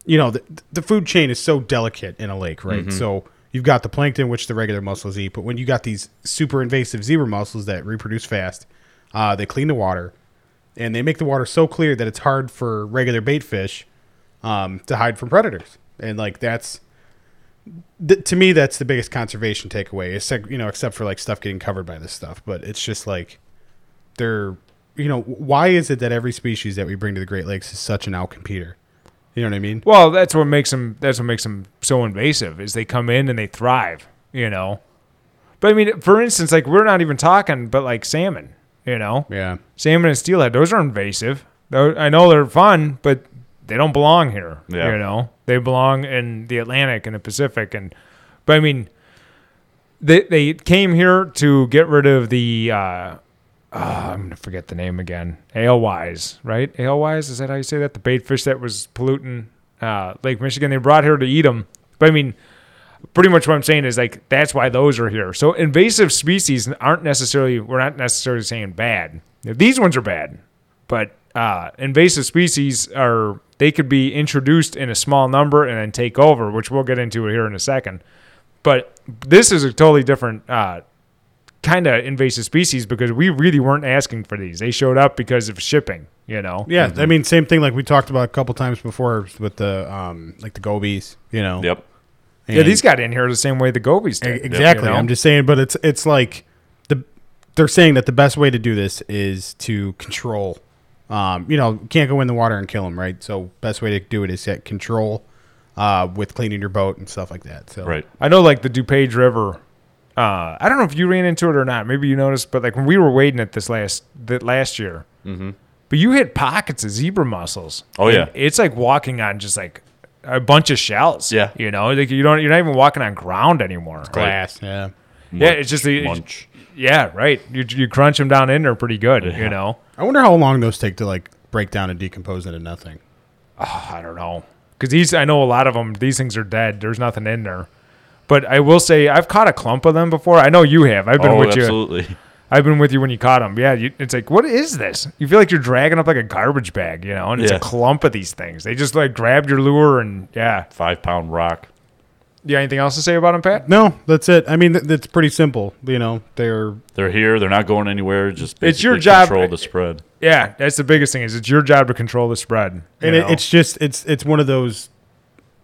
Speaker 2: you know, the, the food chain is so delicate in a lake, right? So you've got the plankton, which the regular mussels eat, but when you got these super invasive zebra mussels that reproduce fast, uh, they clean the water, and they make the water so clear that it's hard for regular bait fish um, to hide from predators. And like that's th- to me, that's the biggest conservation takeaway. Except you know, except for like stuff getting covered by this stuff, but it's just like they're you know why is it that every species that we bring to the Great Lakes is such an outcompeter? You know what I mean?
Speaker 1: Well, that's what makes them. That's what makes them so invasive. Is they come in and they thrive. You know. But I mean, for instance, like we're not even talking, but like salmon. You know.
Speaker 2: Yeah,
Speaker 1: salmon and steelhead those are invasive Tho- i know they're fun but they don't belong here
Speaker 3: Yeah.
Speaker 1: you know they belong in the atlantic and the pacific and but i mean they they came here to get rid of the uh ah, i'm gonna forget the name again alewise right alewise is that how you say that the bait fish that was polluting uh lake michigan they brought here to eat them but i mean pretty much what I'm saying is like that's why those are here. So invasive species aren't necessarily we're not necessarily saying bad. These ones are bad, but uh, invasive species are they could be introduced in a small number and then take over, which we'll get into here in a second. But this is a totally different uh, kind of invasive species because we really weren't asking for these. They showed up because of shipping, you know.
Speaker 2: yeah.
Speaker 3: Mm-hmm.
Speaker 2: I mean, same thing like we talked about a couple times before with the um like the gobies. You know?
Speaker 3: Yep.
Speaker 2: And-
Speaker 1: Yeah, these got in here the same way the gobies
Speaker 2: E-
Speaker 1: did. you
Speaker 2: exactly.
Speaker 1: know?
Speaker 2: I'm just saying, but it's it's like the they're saying that the best way to do this is to control. Um, you know, can't go in the water and kill them, right? So best way to do it is get control uh, with cleaning your boat and stuff like that. So
Speaker 3: Right.
Speaker 1: I know like the DuPage River. Uh, I don't know if you ran into it or not. Maybe you noticed, but like when we were wading at this last that last year, but you hit pockets of zebra mussels.
Speaker 3: Mm-hmm. Oh,
Speaker 1: And
Speaker 3: yeah.
Speaker 1: it's like walking on just like a bunch of shells.
Speaker 3: Yeah.
Speaker 1: you know, like you don't you're not even walking on ground anymore.
Speaker 2: glass. Yeah.
Speaker 1: Yeah, it's just the
Speaker 3: Munch.
Speaker 1: yeah, right. You you crunch them down in there pretty good. You know,
Speaker 2: I wonder how long those take to like break down and decompose into nothing.
Speaker 1: I don't know. Because these, I know a lot of them, these things are dead. There's nothing in there. But I will say, I've caught a clump of them before. I know you have. I've been
Speaker 3: Oh,
Speaker 1: with you.
Speaker 3: absolutely.
Speaker 1: I've been with you when you caught them. Yeah, you, it's like, what is this? You feel like you're dragging up like a garbage bag, you know, and it's
Speaker 3: Yeah.
Speaker 1: a clump of these things. They just like grabbed your lure and yeah.
Speaker 3: Five pound rock.
Speaker 1: You got anything else to say about them, Pat?
Speaker 2: No, that's it. I mean, th- that's pretty simple. You know, they're
Speaker 3: They're here. They're not going anywhere. Just
Speaker 1: It's your
Speaker 3: basically
Speaker 1: job.
Speaker 3: Control the spread.
Speaker 1: Yeah, that's the biggest thing is it's your job to control the spread. you
Speaker 2: and it,
Speaker 1: know?
Speaker 2: it's just it's it's one of those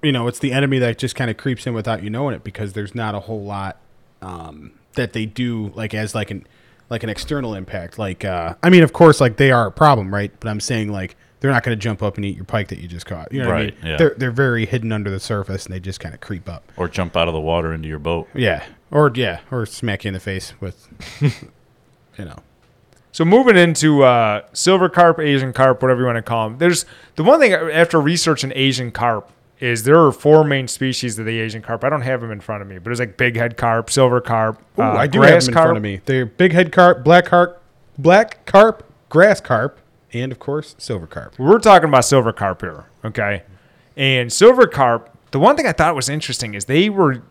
Speaker 2: you know it's the enemy that just kind of creeps in without you knowing it because there's not a whole lot um that they do like as like an like an external impact like uh i mean of course like they are a problem right but i'm saying like they're not going to jump up and eat your pike that you just caught you know what
Speaker 3: Right,
Speaker 2: i mean
Speaker 3: yeah.
Speaker 2: they're they're very hidden under the surface and they just kind of creep up
Speaker 3: Or jump out of the water into your boat.
Speaker 2: yeah or yeah or smack you in the face with you know
Speaker 1: So moving into uh, silver carp, Asian carp, whatever you want to call them. There's the one thing uh, after researching Asian carp is there are four main species of the Asian carp. I don't have them in front of me, but it's like big head carp, silver carp.
Speaker 2: Ooh,
Speaker 1: uh,
Speaker 2: I do have them
Speaker 1: grass
Speaker 2: in
Speaker 1: carp.
Speaker 2: front of me. They're big head carp, black carp, black carp, grass carp, and of course silver carp.
Speaker 1: we're talking about silver carp here, okay? And silver carp, the one thing I thought was interesting is they were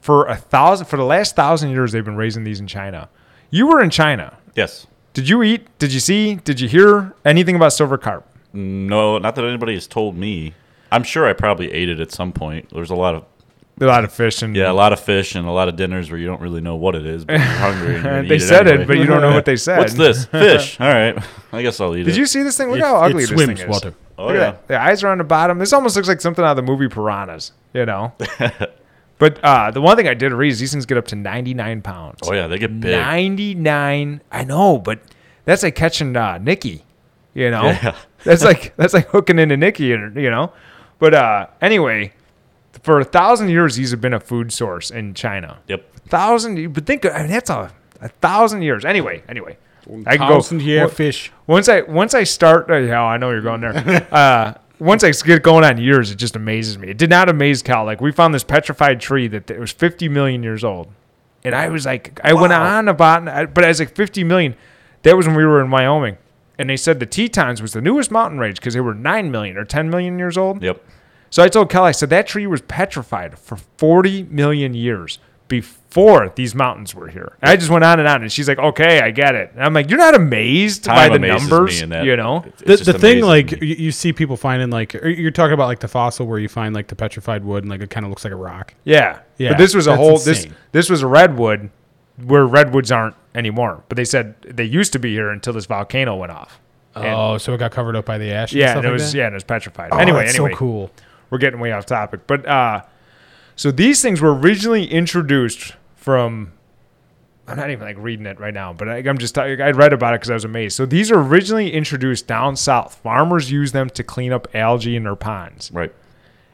Speaker 1: for a thousand for the last thousand years they've been raising these in China. You were in China.
Speaker 3: Yes.
Speaker 1: Did you eat? Did you see? Did you hear anything about silver carp?
Speaker 3: No, not that anybody has told me. I'm sure I probably ate it at some point. There's a lot of
Speaker 1: A lot of fish and
Speaker 3: yeah, a lot of fish and a lot of dinners where you don't really know what it is, but you're hungry. And you're gonna
Speaker 1: They
Speaker 3: eat
Speaker 1: said
Speaker 3: it,
Speaker 1: it,
Speaker 3: anyway.
Speaker 1: but you don't know what they said.
Speaker 3: What's this fish? All right, I guess I'll eat it.
Speaker 1: Did you see this thing? Look
Speaker 2: It-
Speaker 1: how ugly this
Speaker 2: it swims,
Speaker 1: thing is.
Speaker 2: Walter.
Speaker 3: Oh
Speaker 1: Look at
Speaker 3: yeah.
Speaker 1: that. The eyes are on the bottom. This almost looks like something out of the movie Piranhas, you know? but uh, the one thing I did read is these things get up to 99 pounds.
Speaker 3: Oh yeah, they get big.
Speaker 1: 99 i know but that's like catching uh nikki you know
Speaker 3: Yeah.
Speaker 1: that's like that's like hooking into nikki you know but uh anyway for a thousand years these have been a food source in china
Speaker 3: Yep.
Speaker 1: thousand but think I mean, that's a A thousand years. Anyway, anyway. I can go.
Speaker 2: Thousand year
Speaker 1: Well,
Speaker 2: fish.
Speaker 1: Once I once I start, uh, yeah, I know you're going there. Uh, once I get going on years, it just amazes me. It did not amaze Cal. Like we found this petrified tree that it was 50 million years old, and I was like, I went on about, I- but I was like 50 million. That was when we were in Wyoming, and they said the Tetons was the newest mountain range because they were 9 million or 10 million years old.
Speaker 3: Yep.
Speaker 1: So I told Cal, I said that tree was petrified for 40 million years before these mountains were here. And I just went on and on, and she's like, "Okay, I get it." And I'm like, "You're not amazed by
Speaker 3: Time
Speaker 1: the
Speaker 3: amazes
Speaker 1: numbers,
Speaker 3: me in that.
Speaker 1: you know?"
Speaker 3: It's
Speaker 2: The,
Speaker 3: just
Speaker 2: the thing,
Speaker 3: amazing
Speaker 2: like,
Speaker 3: to
Speaker 2: you,
Speaker 3: me.
Speaker 2: you see people finding, like, or you're talking about, like, the fossil where you find, like, the petrified wood and, like, it kind of looks like a rock.
Speaker 1: Yeah,
Speaker 2: Yeah,
Speaker 1: But this was a
Speaker 2: that's
Speaker 1: whole
Speaker 2: insane.
Speaker 1: this this was a redwood where redwoods aren't anymore. But they said they used to be here until this volcano went off. And-
Speaker 2: oh, so it got covered up by the ash.
Speaker 1: yeah,
Speaker 2: and stuff
Speaker 1: and it
Speaker 2: like
Speaker 1: was
Speaker 2: that?
Speaker 1: yeah, and it was petrified.
Speaker 2: Oh,
Speaker 1: anyway,
Speaker 2: that's
Speaker 1: anyway,
Speaker 2: so cool.
Speaker 1: we're getting way off topic. But uh so these things were originally introduced from I'm not even like reading it right now, but I, I'm just I I read about it because I was amazed. So these are originally introduced down south. Farmers use them to clean up algae in their ponds.
Speaker 3: Right.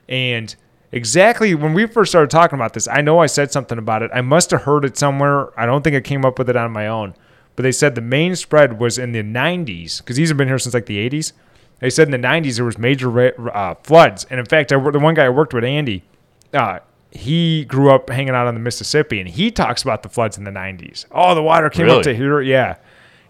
Speaker 1: And exactly when we first started talking about this, I know I said something about it. I must have heard it somewhere. I don't think I came up with it on my own. But they said the main spread was in the 90s because these have been here since like the 80s. They said in the 90s there was major ra- uh, floods, and in fact, I, wor- the one guy I worked with, Andy, uh, he grew up hanging out on the Mississippi, and he talks about the floods in the 90s. Oh, the water came up
Speaker 3: Really?
Speaker 1: to here, yeah.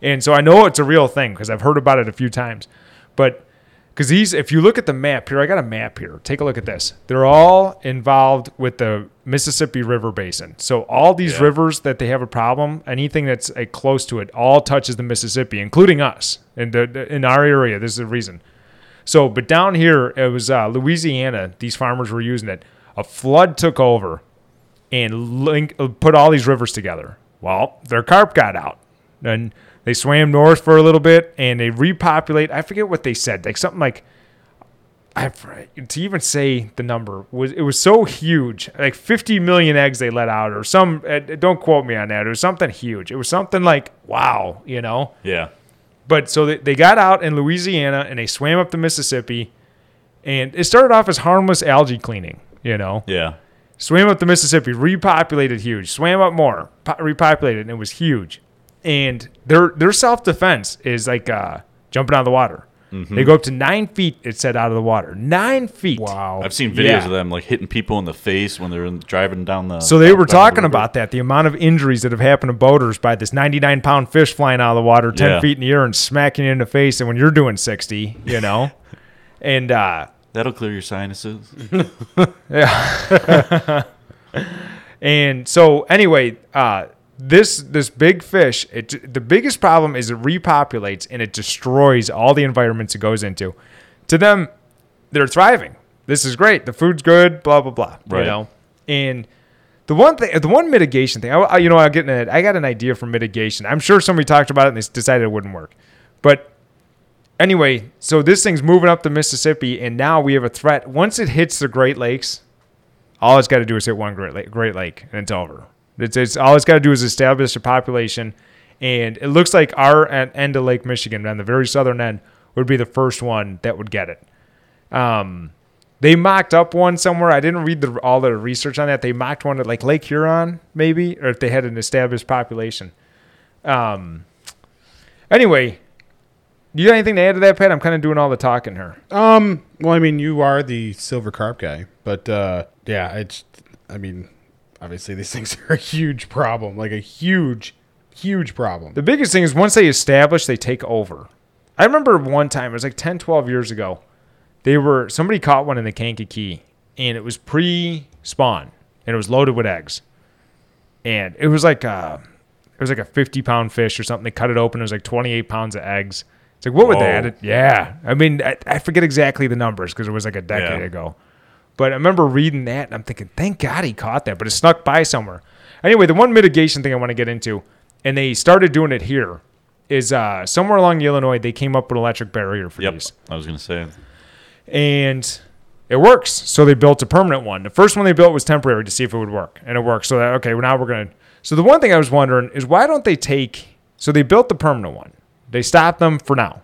Speaker 1: And so I know it's a real thing because I've heard about it a few times. But because these, if you look at the map here, I got a map here. Take a look at this. They're all involved with the Mississippi River Basin. So all these
Speaker 3: Yeah.
Speaker 1: rivers that they have a problem, anything that's uh, close to it, all touches the Mississippi, including us. And the, the- in our area, this is the reason. So, but down here, it was uh, Louisiana. These farmers were using it. A flood took over and link, uh, put all these rivers together. Well, their carp got out. And they swam north for a little bit and they repopulate. I forget what they said. Like something like I for- to even say the number was it was so huge, like 50 million eggs they let out, or some. uh, Don't quote me on that. It was something huge. It was something like wow, you know.
Speaker 3: Yeah.
Speaker 1: But so they, they got out in Louisiana and they swam up the Mississippi, and it started off as harmless algae cleaning, you know.
Speaker 3: Yeah.
Speaker 1: Swam up the Mississippi, repopulated huge. Swam up more, po- repopulated, and it was huge. And their their self defense is like uh, jumping out of the water. They go up to nine feet. It said out of the water, nine feet.
Speaker 2: Wow.
Speaker 3: I've seen videos
Speaker 1: Yeah.
Speaker 3: of them like hitting people in the face when they're in, driving down the.
Speaker 1: So they
Speaker 3: down-
Speaker 1: were
Speaker 3: down the
Speaker 1: talking
Speaker 3: river.
Speaker 1: about that the amount of injuries that have happened to boaters by this 99 pound fish flying out of the water 10
Speaker 3: Yeah.
Speaker 1: feet in the air and smacking you in the face. And when you're doing 60, you know, and uh,
Speaker 3: That'll clear your sinuses.
Speaker 1: And so anyway, uh, this this big fish, it the biggest problem is it repopulates and it destroys all the environments it goes into. To them, they're thriving. This is great. The food's good. Blah blah blah. You
Speaker 3: Right.
Speaker 1: know, and the one thing, the one mitigation thing, I, I- you know, I'm getting it. I got an idea for mitigation. I'm sure somebody talked about it and they decided it wouldn't work, but anyway, so this thing's moving up the Mississippi, and now we have a threat. Once it hits the Great Lakes, all it's got to do is hit one Great Lake, Great Lake, and it's over. It's, it's all it's got to do is establish a population, and it looks like our en- end of Lake Michigan, on the very southern end, would be the first one that would get it. Um, they mocked up one somewhere. I didn't read the, all the research on that. They mocked one at like Lake Huron, maybe, or if they had an established population. Um. Anyway, you got anything to add to that, Pat? I'm kind of doing all the talking here.
Speaker 2: Um. Well, I mean, you are the silver carp guy, but uh, yeah, it's. I mean, obviously, these things are a huge problem, like a huge, huge problem.
Speaker 1: The biggest thing is once they establish, they take over. I remember one time, it was like 10, 12 years ago, they were somebody caught one in the Kankakee and it was pre spawn and it was loaded with eggs. And it was like a, it was like a 50 pound fish or something. They cut it open. It was like 28 pounds of eggs. It's like, what would
Speaker 3: Whoa.
Speaker 1: that? Yeah. I mean, I, I forget exactly the numbers because it was like a decade
Speaker 3: Yeah.
Speaker 1: ago. But I remember reading that and I'm thinking, thank God he caught that, but it snuck by somewhere. Anyway, the one mitigation thing I want to get into, and they started doing it here, is uh, somewhere along the Illinois, they came up with electric barrier for
Speaker 3: Yep.
Speaker 1: these.
Speaker 3: I was gonna say.
Speaker 1: And it works. So they built a permanent one. The first one they built was temporary to see if it would work. And it worked. So that, okay, well, now we're going to. So the one thing I was wondering is why don't they take. So they built the permanent one, they stopped them for now.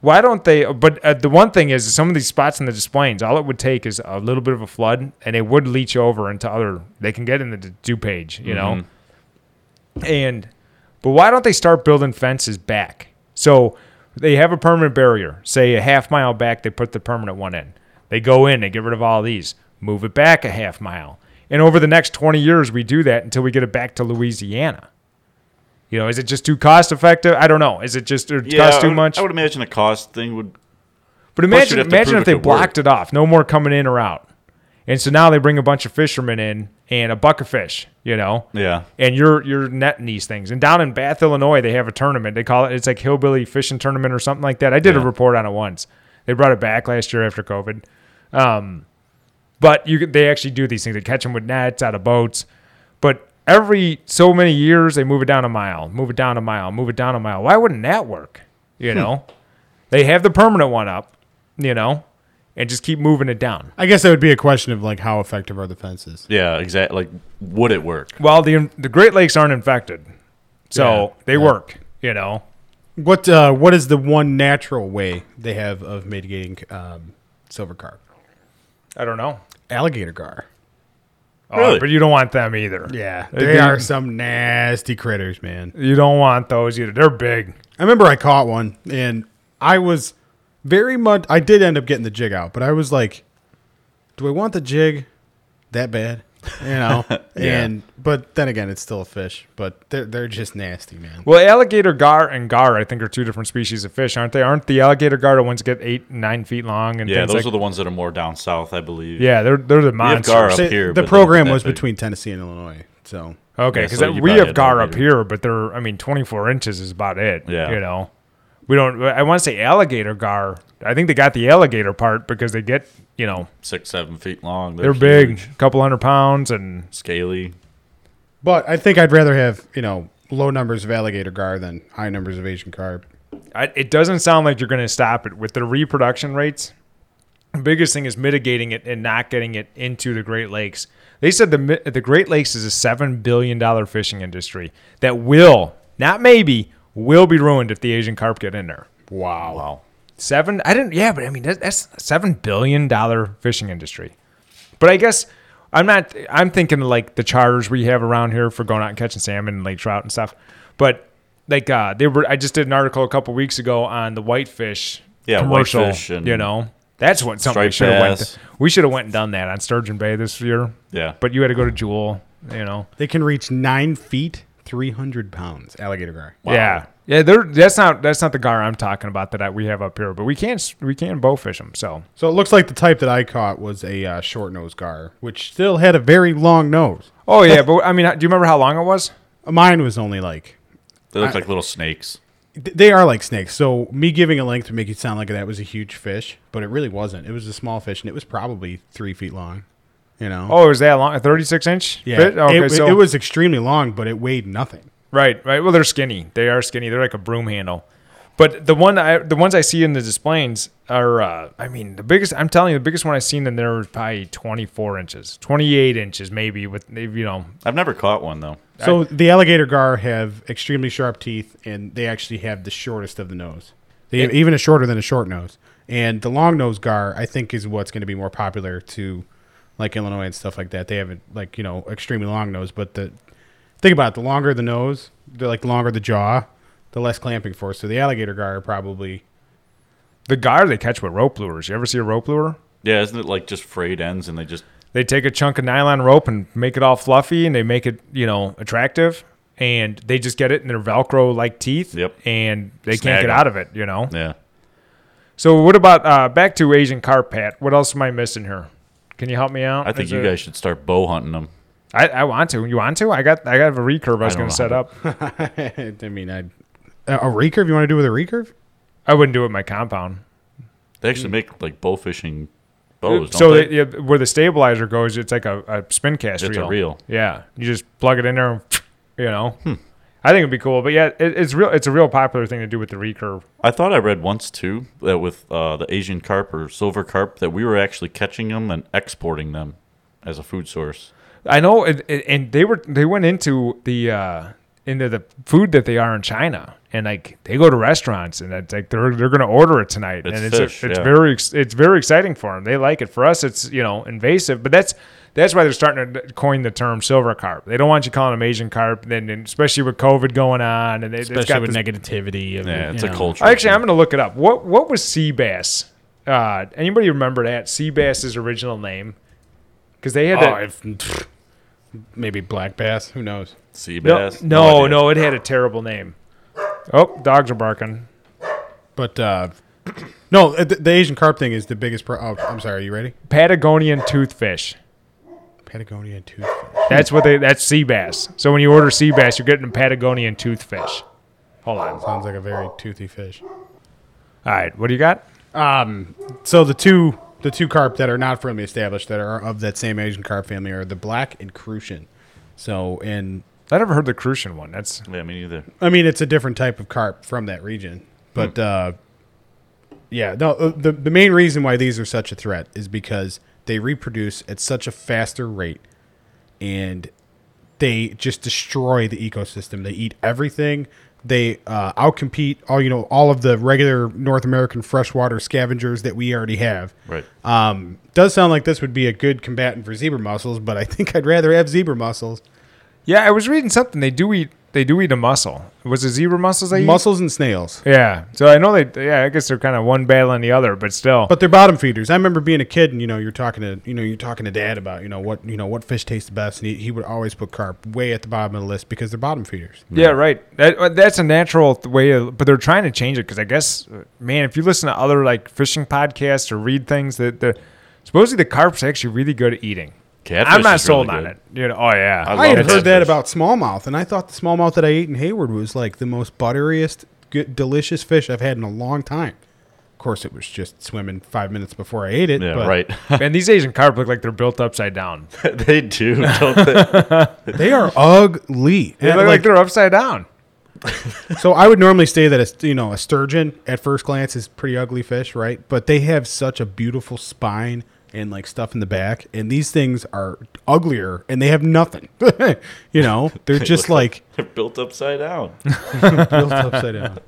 Speaker 1: Why don't they? But uh, the one thing is, some of these spots in the displays, all it would take is a little bit of a flood, and it would
Speaker 3: Mm-hmm.
Speaker 1: leach over into other. They can get in the do page, you know. And But why don't they start building fences back? So they have a permanent barrier. Say a half mile back, they put the permanent one in. They go in, they get rid of all these, move it back a half mile. And over the next 20 years, we do that until we get it back to Louisiana. You know, is it just too cost effective? I don't know. Is it just or cost
Speaker 3: I
Speaker 1: too
Speaker 3: would-
Speaker 1: much?
Speaker 3: I would imagine the cost thing would.
Speaker 1: But
Speaker 3: Plus,
Speaker 1: imagine,
Speaker 3: you'd have to
Speaker 1: imagine if
Speaker 3: prove it
Speaker 1: they
Speaker 3: could
Speaker 1: blocked it off. No more coming in or out. And so now they bring a bunch of fishermen in and a buck of fish, you know?
Speaker 3: Yeah.
Speaker 1: And you're you're netting these things. And down in Bath, Illinois, they have a tournament. They call it it's like hillbilly fishing tournament or something like that. I did a
Speaker 3: Yeah.
Speaker 1: report on it once. They brought it back last year after COVID. Um, but you could- they actually do these things. They catch them with nets out of boats. But every so many years, they move it down a mile, move it down a mile, move it down a mile. Why wouldn't that work?
Speaker 2: Hmm.
Speaker 1: You know, they have the permanent one up, you know, and just keep moving it down.
Speaker 2: I guess that would be a question of like how effective are the fences?
Speaker 3: Yeah, exactly. Like, would it work?
Speaker 1: Well, the the Great Lakes aren't infected, so
Speaker 2: Yeah,
Speaker 1: they work. You know,
Speaker 2: What uh, what is the one natural way they have of mitigating um, silver carp?
Speaker 1: I don't know.
Speaker 2: Alligator gar.
Speaker 1: Oh,
Speaker 3: Really?
Speaker 1: But you don't want them either.
Speaker 2: Yeah,
Speaker 1: They'd
Speaker 2: they
Speaker 1: be-
Speaker 2: are some nasty critters, man.
Speaker 1: You don't want those either. They're big.
Speaker 2: I remember I caught one and I was very much I did end up getting the jig out, but I was like, do I want the jig that bad? You know. And but then again, it's still a fish, but they're they're just nasty, man.
Speaker 1: Well, alligator gar and gar, I think, are two different species of fish, aren't they? Aren't the alligator gar the ones that get eight, nine feet long? And
Speaker 3: Yeah,
Speaker 1: things
Speaker 3: those
Speaker 1: like-
Speaker 3: are the ones that are more down south, I believe.
Speaker 1: Yeah, they're they're the
Speaker 3: have gar
Speaker 1: monsters.
Speaker 3: up
Speaker 2: Say-
Speaker 3: here, but
Speaker 2: the
Speaker 3: they're
Speaker 2: program
Speaker 3: that
Speaker 2: was
Speaker 3: big.
Speaker 2: between Tennessee and Illinois, so
Speaker 1: Okay,
Speaker 3: Yeah,
Speaker 1: because
Speaker 3: so you
Speaker 1: we
Speaker 3: probably
Speaker 1: have
Speaker 3: had
Speaker 1: gar up
Speaker 3: alligator.
Speaker 1: here, but they're I mean, twenty four inches is about it.
Speaker 3: Yeah.
Speaker 1: you know, we don't. I want to say alligator gar. I think they got the alligator part because they get you know
Speaker 3: Six, seven feet long.
Speaker 1: they're,
Speaker 3: They're,
Speaker 1: big,
Speaker 3: huge,
Speaker 1: couple hundred pounds, and
Speaker 3: scaly.
Speaker 2: But I think I'd rather have you know low numbers of alligator gar than high numbers of Asian carp.
Speaker 1: I, it doesn't sound like you're going to stop it with the reproduction rates. The biggest thing is mitigating it and not getting it into the Great Lakes. They said the mi- the Great Lakes is a seven billion dollar fishing industry that will not maybe will be ruined if the Asian carp get in there.
Speaker 2: Wow.
Speaker 3: Wow.
Speaker 1: Seven? I didn't. Yeah, but I mean that, that's a seven billion dollar fishing industry. But I guess I'm not. I'm thinking like the charters we have around here for going out and catching salmon and lake trout and stuff. But like uh, they were, I just did an article a couple weeks ago on the whitefish
Speaker 3: Yeah,
Speaker 1: commercial.
Speaker 3: whitefish and
Speaker 1: you know, that's what something we
Speaker 3: striped
Speaker 1: should have went.
Speaker 3: bass.
Speaker 1: We should have went and done that on Sturgeon Bay this year.
Speaker 3: Yeah.
Speaker 1: But you had to go to Jewel. You know.
Speaker 2: They can reach nine feet, three hundred pounds alligator gar.
Speaker 1: Yeah. Yeah, they're, that's not that's not the gar I'm talking about that I, we have up here, but we can s- we can bow fish them. So
Speaker 2: So it looks like the type that I caught was a uh, short nosed gar, which still had a very long nose.
Speaker 1: Oh yeah, but I mean, do you remember how long it was?
Speaker 2: Mine was only like
Speaker 3: They look like little snakes.
Speaker 2: th- they are like snakes. So me giving a length would make it sound like that was a huge fish, but it really wasn't. It was a small fish, and it was probably three feet long. You know.
Speaker 1: Oh, it was that long? A thirty-six inch?
Speaker 2: yeah.
Speaker 1: bit? Okay,
Speaker 2: it,
Speaker 1: so
Speaker 2: it was extremely long, but it weighed nothing.
Speaker 1: right, right. Well, they're skinny. They are skinny. They're like a broom handle. But the one I, the ones I see in the displays are, uh, I mean, the biggest. I'm telling you, the biggest one I've seen in there was probably twenty-four inches, twenty-eight inches, maybe. With you know,
Speaker 3: I've never caught one though.
Speaker 2: So the alligator gar have extremely sharp teeth, and they actually have the shortest of the nose. They have even a shorter than a short nose. And the long nose gar, I think, is what's going to be more popular to like Illinois and stuff like that. They have a, like you know extremely long nose, but the think about it, the longer the nose, the like the longer the jaw, the less clamping force. So the alligator gar are probably
Speaker 1: the gar they catch with rope lures. You ever see a rope lure?
Speaker 3: Yeah, isn't it like just frayed ends and they just
Speaker 1: They take a chunk of nylon rope and make it all fluffy, and they make it you know attractive, and they just get it in their Velcro like teeth.
Speaker 3: Yep.
Speaker 1: And they
Speaker 3: Snag
Speaker 1: can't get
Speaker 3: 'em.
Speaker 1: out of it. You know.
Speaker 3: yeah.
Speaker 1: So what about uh, back to Asian carp, Pat? What else am I missing here? Can you help me out?
Speaker 3: I think
Speaker 1: Is
Speaker 3: you
Speaker 1: it-
Speaker 3: guys should start bow hunting them.
Speaker 1: I, I want to. You want to? I got. I got a recurve. I was going
Speaker 3: don't know
Speaker 1: to set
Speaker 3: how
Speaker 1: up.
Speaker 2: I mean, I a a recurve. You want to do with a recurve?
Speaker 1: I wouldn't do it with my compound.
Speaker 3: They actually make like bow fishing bows. Don't
Speaker 1: Hmm. so
Speaker 3: they?
Speaker 1: it- yeah, where the stabilizer goes, it's like a, a spin cast
Speaker 3: It's a
Speaker 1: reel.
Speaker 3: reel. Hmm.
Speaker 1: Yeah, you just plug it in there. And, you know, I think it'd be cool. But yeah, it, it's real. It's a real popular thing to do with the recurve.
Speaker 3: I thought I read once too that with uh, the Asian carp or silver carp that we were actually catching them and exporting them as a food source.
Speaker 1: I know, and, and- and they were they went into the uh, into the food that they are in China, and like they go to restaurants, and it's like they're they're gonna order it tonight,
Speaker 3: It's
Speaker 1: and it's
Speaker 3: fish,
Speaker 1: it's
Speaker 3: yeah.
Speaker 1: very ex- it's very exciting for them. They like it. For us, it's you know invasive, but that's that's why they're starting to coin the term silver carp. They don't want you calling them Asian carp, then and especially with COVID going on, and they, it's
Speaker 2: especially
Speaker 1: got
Speaker 2: with
Speaker 1: this Oh,
Speaker 2: negativity. And,
Speaker 3: Yeah, it's
Speaker 2: you
Speaker 3: a
Speaker 2: know.
Speaker 3: culture.
Speaker 1: Actually, I'm
Speaker 3: thing.
Speaker 1: going to look it up. What what was sea bass? Uh, anybody remember that sea bass's original name? Because they had
Speaker 2: Oh,
Speaker 1: that.
Speaker 2: if, pfft, maybe black bass. Who knows?
Speaker 3: sea
Speaker 1: No,
Speaker 3: bass.
Speaker 1: no,
Speaker 3: idea.
Speaker 1: no, it had a terrible name. Oh, dogs are barking.
Speaker 2: But uh, no, uh, the, the Asian carp thing is the biggest. Pro- oh, I'm sorry. Are you ready?
Speaker 1: Patagonian toothfish.
Speaker 2: Patagonia toothfish.
Speaker 1: That's what they. That's sea bass. So when you order sea bass, you're getting a Patagonian toothfish. Hold on. All
Speaker 2: Sounds like a very toothy fish.
Speaker 1: right, what do you got?
Speaker 2: Um, so the two the two carp that are not firmly established that are of that same Asian carp family are the black and crucian. So, and
Speaker 1: I never heard the Crucian one. That's
Speaker 3: Yeah, me neither.
Speaker 2: I mean it's a different type of carp from that region, but uh, yeah, no. uh, The the main reason why these are such a threat is because they reproduce at such a faster rate, and they just destroy the ecosystem. They eat everything. They uh, outcompete all you know all of the regular North American freshwater scavengers that we already have.
Speaker 3: Right.
Speaker 2: Um, does sound like this would be a good combatant for zebra mussels, but I think I'd rather have zebra mussels.
Speaker 1: yeah. I was reading something. They do eat. They do eat a mussel. Was it zebra mussels they eat?
Speaker 2: Mussels and snails.
Speaker 1: Yeah. So I know they. Yeah, I guess they're kind of one battle and the other, but still.
Speaker 2: But they're bottom feeders. I remember being a kid and you know, you're talking to you know, you're talking to dad about, you know, what you know, what fish tastes the best and he, he would always put carp way at the bottom of the list because they're bottom feeders.
Speaker 1: Yeah, right. That uh, that's a natural th- way, of, but they're trying to change it because I guess, uh, man, if you listen to other like fishing podcasts or read things that the supposedly the carp's actually really good at eating.
Speaker 3: Catfish
Speaker 1: I'm not
Speaker 3: is
Speaker 1: sold
Speaker 3: really
Speaker 1: on
Speaker 3: good.
Speaker 1: it. You know, oh yeah,
Speaker 3: I
Speaker 2: I had
Speaker 3: love
Speaker 2: heard that
Speaker 3: catfish.
Speaker 2: about smallmouth and I thought the smallmouth that I ate in Hayward was like the most butteriest, good, delicious fish I've had in a long time. Of course it was just swimming 5 minutes before I ate it.
Speaker 3: Yeah,
Speaker 2: but
Speaker 3: right.
Speaker 1: man, these Asian carp look like they're built upside down.
Speaker 3: they do, don't they?
Speaker 2: They are ugly.
Speaker 1: They
Speaker 2: And,
Speaker 1: look like,
Speaker 2: like,
Speaker 1: they're upside down.
Speaker 2: So I would normally say that a you know a sturgeon at first glance is pretty ugly fish, right? But they have such a beautiful spine and like stuff in the back, and these things are uglier and they have nothing. you know, they're just like
Speaker 3: They're built upside down.
Speaker 2: built upside down.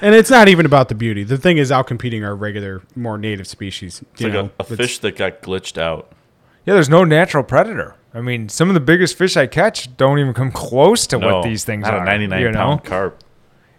Speaker 2: And it's not even about the beauty. The thing is out competing our regular, more native species.
Speaker 3: It's
Speaker 2: you
Speaker 3: like
Speaker 2: know?
Speaker 3: a, a
Speaker 2: It's-
Speaker 3: fish that got glitched out.
Speaker 1: Yeah, there's no natural predator. I mean, some of the biggest fish I catch don't even come close to
Speaker 3: No,
Speaker 1: what these things
Speaker 3: not
Speaker 1: are.
Speaker 3: A 99
Speaker 1: you know?
Speaker 3: pound carp.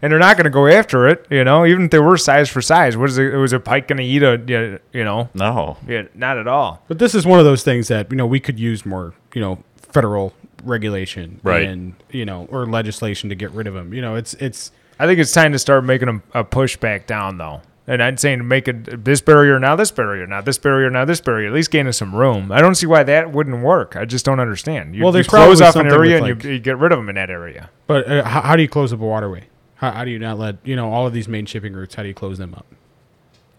Speaker 1: and they're not going to go after it. You know, even if they were size for size, what is it? Was a pike going to eat a? You know,
Speaker 3: No.
Speaker 1: yeah, not at all.
Speaker 2: But this is one of those things that you know we could use more, you know, federal regulation
Speaker 3: Right.
Speaker 2: and you know or legislation to get rid of them. You know, it's it's
Speaker 1: I think it's time to start making a, a push back down, though. And I'm saying make it this barrier now, this barrier now, this barrier now, this barrier. At least gain us some room. I don't see why that wouldn't work. I just don't understand. You, you
Speaker 2: Well, there's
Speaker 1: close
Speaker 2: probably
Speaker 1: off an
Speaker 2: something
Speaker 1: area
Speaker 2: with,
Speaker 1: and
Speaker 2: like-
Speaker 1: you, you get rid of them in that area.
Speaker 2: But uh, how, how do you close up a waterway? How, how do you not let you know all of these main shipping routes? How do you close them up?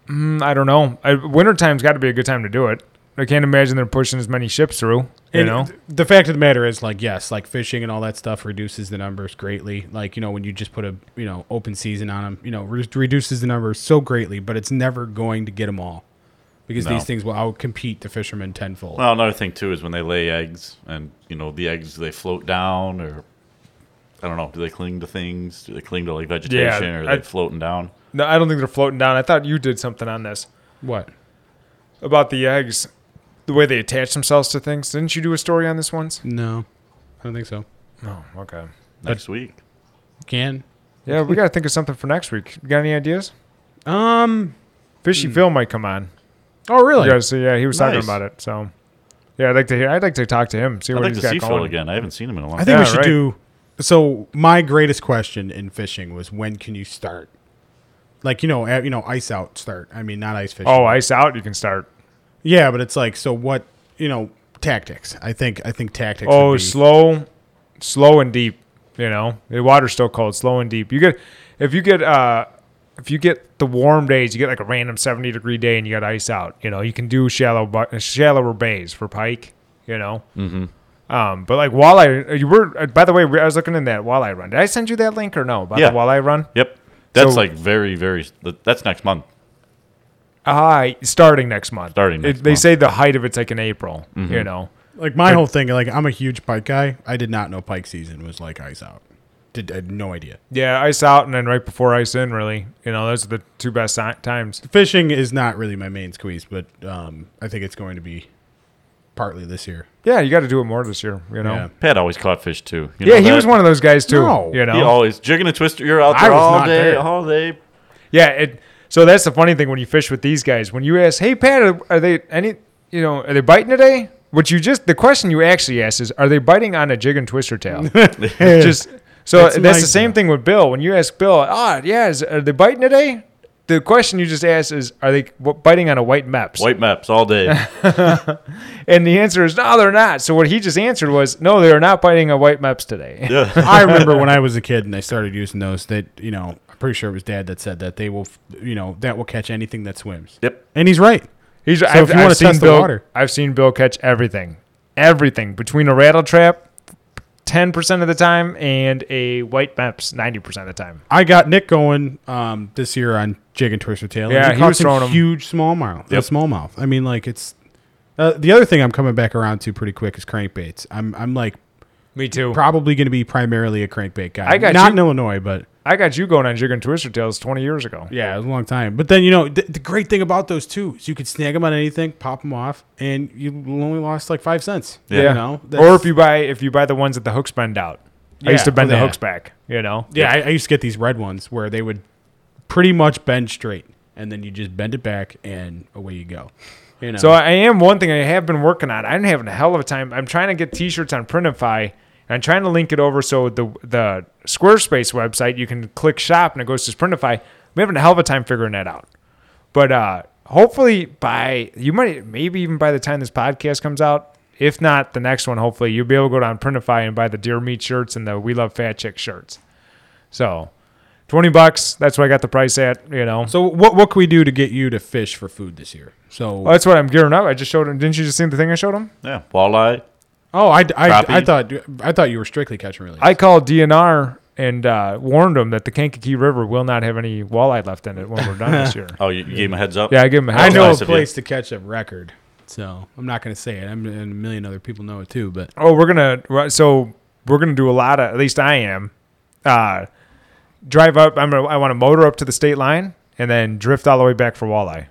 Speaker 1: Mm, I don't know. I, wintertime's got to be a good time to do it. I can't imagine they're pushing as many ships through. You
Speaker 2: And
Speaker 1: know,
Speaker 2: th- the fact of the matter is, like yes, like fishing and all that stuff reduces the numbers greatly. Like you know when you just put a you know open season on them, you know re- reduces the numbers so greatly, but it's never going to get them all because
Speaker 3: No.
Speaker 2: these things will outcompete the fishermen tenfold.
Speaker 3: Well, another thing too is when they lay eggs, and you know the eggs they float down, or I don't know, do they cling to things? Do they cling to like vegetation, or are
Speaker 1: I-
Speaker 3: they floating down?
Speaker 1: no, I don't think they're floating down. I thought you did something on this
Speaker 2: what?
Speaker 1: about the eggs, the way they attach themselves to things. Didn't you do a story on this once?
Speaker 2: No, I don't think so.
Speaker 1: No. Oh, okay.
Speaker 3: Next week,
Speaker 2: Can
Speaker 1: Yeah, we got to think of something for next week. You got any ideas?
Speaker 2: um.
Speaker 1: Fishy Phil might come on.
Speaker 2: Oh really?
Speaker 1: Yeah, so yeah, he was talking
Speaker 3: Nice.
Speaker 1: about it. So yeah, I'd like to hear. I'd like to talk to him, see
Speaker 3: I'd
Speaker 1: what
Speaker 3: like
Speaker 1: he's
Speaker 3: to see
Speaker 1: got going.
Speaker 3: Phil again. I haven't seen him in a long
Speaker 2: I
Speaker 3: time.
Speaker 2: think
Speaker 1: Yeah,
Speaker 2: we should
Speaker 1: right.
Speaker 2: do. So my greatest question in fishing was when can you start? Like you know, uh, you know, ice out start. I mean, not ice fishing.
Speaker 1: Oh, ice out. You can start.
Speaker 2: yeah, but it's like so what you know tactics. I think I think tactics.
Speaker 1: Oh,
Speaker 2: would be-
Speaker 1: slow, slow and deep. You know, the water's still cold. Slow and deep. You get if you get uh if you get the warm days, you get like a random seventy degree day, and you got ice out. You know, you can do shallow bu- shallower bays for pike. You know. Mm-hmm. Um, but like walleye, you were. uh, By the way, I was looking in that walleye run. Did I send you that link or no? About
Speaker 3: Yeah.
Speaker 1: the walleye run.
Speaker 3: Yep, that's
Speaker 1: So-
Speaker 3: like very, very. that- That's next month.
Speaker 1: Uh, starting next month.
Speaker 3: Starting next
Speaker 1: It- They
Speaker 3: month. Mm-hmm.
Speaker 1: say the height of it's like in April, you know.
Speaker 2: like my whole thing. Like I'm a huge pike guy. I did not know pike season was like ice out. did I had no idea.
Speaker 1: Yeah, ice out and then right before ice in, really. You know, those are the two best si- times.
Speaker 2: Fishing is not really my main squeeze, but um, I think it's going to be partly this year.
Speaker 1: Yeah, you got to do it more this year, you know. Yeah,
Speaker 3: Pat always caught fish too. You know
Speaker 1: he
Speaker 3: that?
Speaker 1: was one of those guys too,
Speaker 2: No.
Speaker 1: you know.
Speaker 3: He always jigging a twister. You're out
Speaker 2: I
Speaker 3: there
Speaker 2: was
Speaker 3: all
Speaker 2: not
Speaker 3: day,
Speaker 2: there.
Speaker 3: all day.
Speaker 1: Yeah, it, so that's the funny thing when you fish with these guys. When you ask, "Hey Pat, are, are they any? You know, are they biting today?" What you just the question you actually ask is, "Are they biting on a jig and twister tail?" just so
Speaker 2: That's
Speaker 1: that's, the
Speaker 2: nice,
Speaker 1: same
Speaker 2: though.
Speaker 1: thing with Bill. When you ask Bill, "Ah, yeah, is, are they biting today?" The question you just asked is, "Are they what, biting on a white meps?"
Speaker 3: White maps all day.
Speaker 1: And the answer is, "No, they're not." So what he just answered was, "No, they are not biting a white meps today."
Speaker 3: yeah.
Speaker 2: I remember when I was a kid and I started using those. That you know, I'm pretty sure it was Dad that said that they will, f- you know, that will catch anything that swims.
Speaker 3: Yep.
Speaker 2: And he's right.
Speaker 1: He's,
Speaker 2: if you wanna test the
Speaker 1: Bill,
Speaker 2: water.
Speaker 1: I've seen Bill catch everything, everything between a rattle trap, ten percent of the time, and a white maps ninety percent of the time.
Speaker 2: I got Nick going um, this year on jig and twister tail. and
Speaker 1: Yeah, he
Speaker 2: caught
Speaker 1: was
Speaker 2: some
Speaker 1: throwing 'em.
Speaker 2: huge smallmouth.
Speaker 3: Yep.
Speaker 2: Yep. Smallmouth. I mean, like it's uh, the other thing I'm coming back around to pretty quick is crankbaits. I'm I'm like
Speaker 1: Me too.
Speaker 2: probably going to be primarily a crankbait guy.
Speaker 1: I got
Speaker 2: not
Speaker 1: you.
Speaker 2: in Illinois, but
Speaker 1: I got you going on jig and twister tails twenty years ago.
Speaker 2: yeah, it was a long time. But then you know th- the great thing about those two is you could snag them on anything, pop them off, and you only lost like five cents.
Speaker 3: Yeah.
Speaker 2: you know?
Speaker 1: or
Speaker 2: That's-
Speaker 1: if you buy if you buy the ones that the hooks bend out. I used
Speaker 2: Yeah, Oh,
Speaker 1: to bend
Speaker 2: yeah.
Speaker 1: the hooks back. You know.
Speaker 2: Yeah, I, I used to get these red ones where they would pretty much bend straight, and then you just bend it back, and away you go. You know,
Speaker 1: So I am one thing I have been working on. I'm having a hell of a time. I'm trying to get T-shirts on Printify, and I'm trying to link it over so the the Squarespace website you can click shop and it goes to Printify. I'm having a hell of a time figuring that out. But uh, hopefully by you might maybe even by the time this podcast comes out, if not the next one, hopefully you'll be able to go down Printify and buy the Deer Meat shirts and the We Love Fat Chick shirts. So. 20 bucks. That's what I got the price at, you know.
Speaker 2: So what what can we do to get you to fish for food this year? So
Speaker 1: Well, that's what I'm gearing up. I just showed him. Didn't you just see the thing I showed him?
Speaker 3: Yeah. Walleye.
Speaker 2: oh I, I, I
Speaker 3: crappie.
Speaker 2: thought I thought you were strictly catching really.
Speaker 1: I called DNR and uh, warned them that the Kankakee River will not have any walleye left in it when we're done this year.
Speaker 3: Oh, you, you gave him a heads up.
Speaker 1: Yeah, I give them a
Speaker 2: I
Speaker 1: heads
Speaker 2: know
Speaker 1: up.
Speaker 2: a
Speaker 3: nice of you.
Speaker 2: place to catch a record, so I'm not going to say it. I'm, and a million other people know it too, but
Speaker 1: Oh, we're gonna right, so we're gonna do a lot of at least I am. Uh, drive up. I'm gonna, I want to motor up to the state line and then drift all the way back for walleye.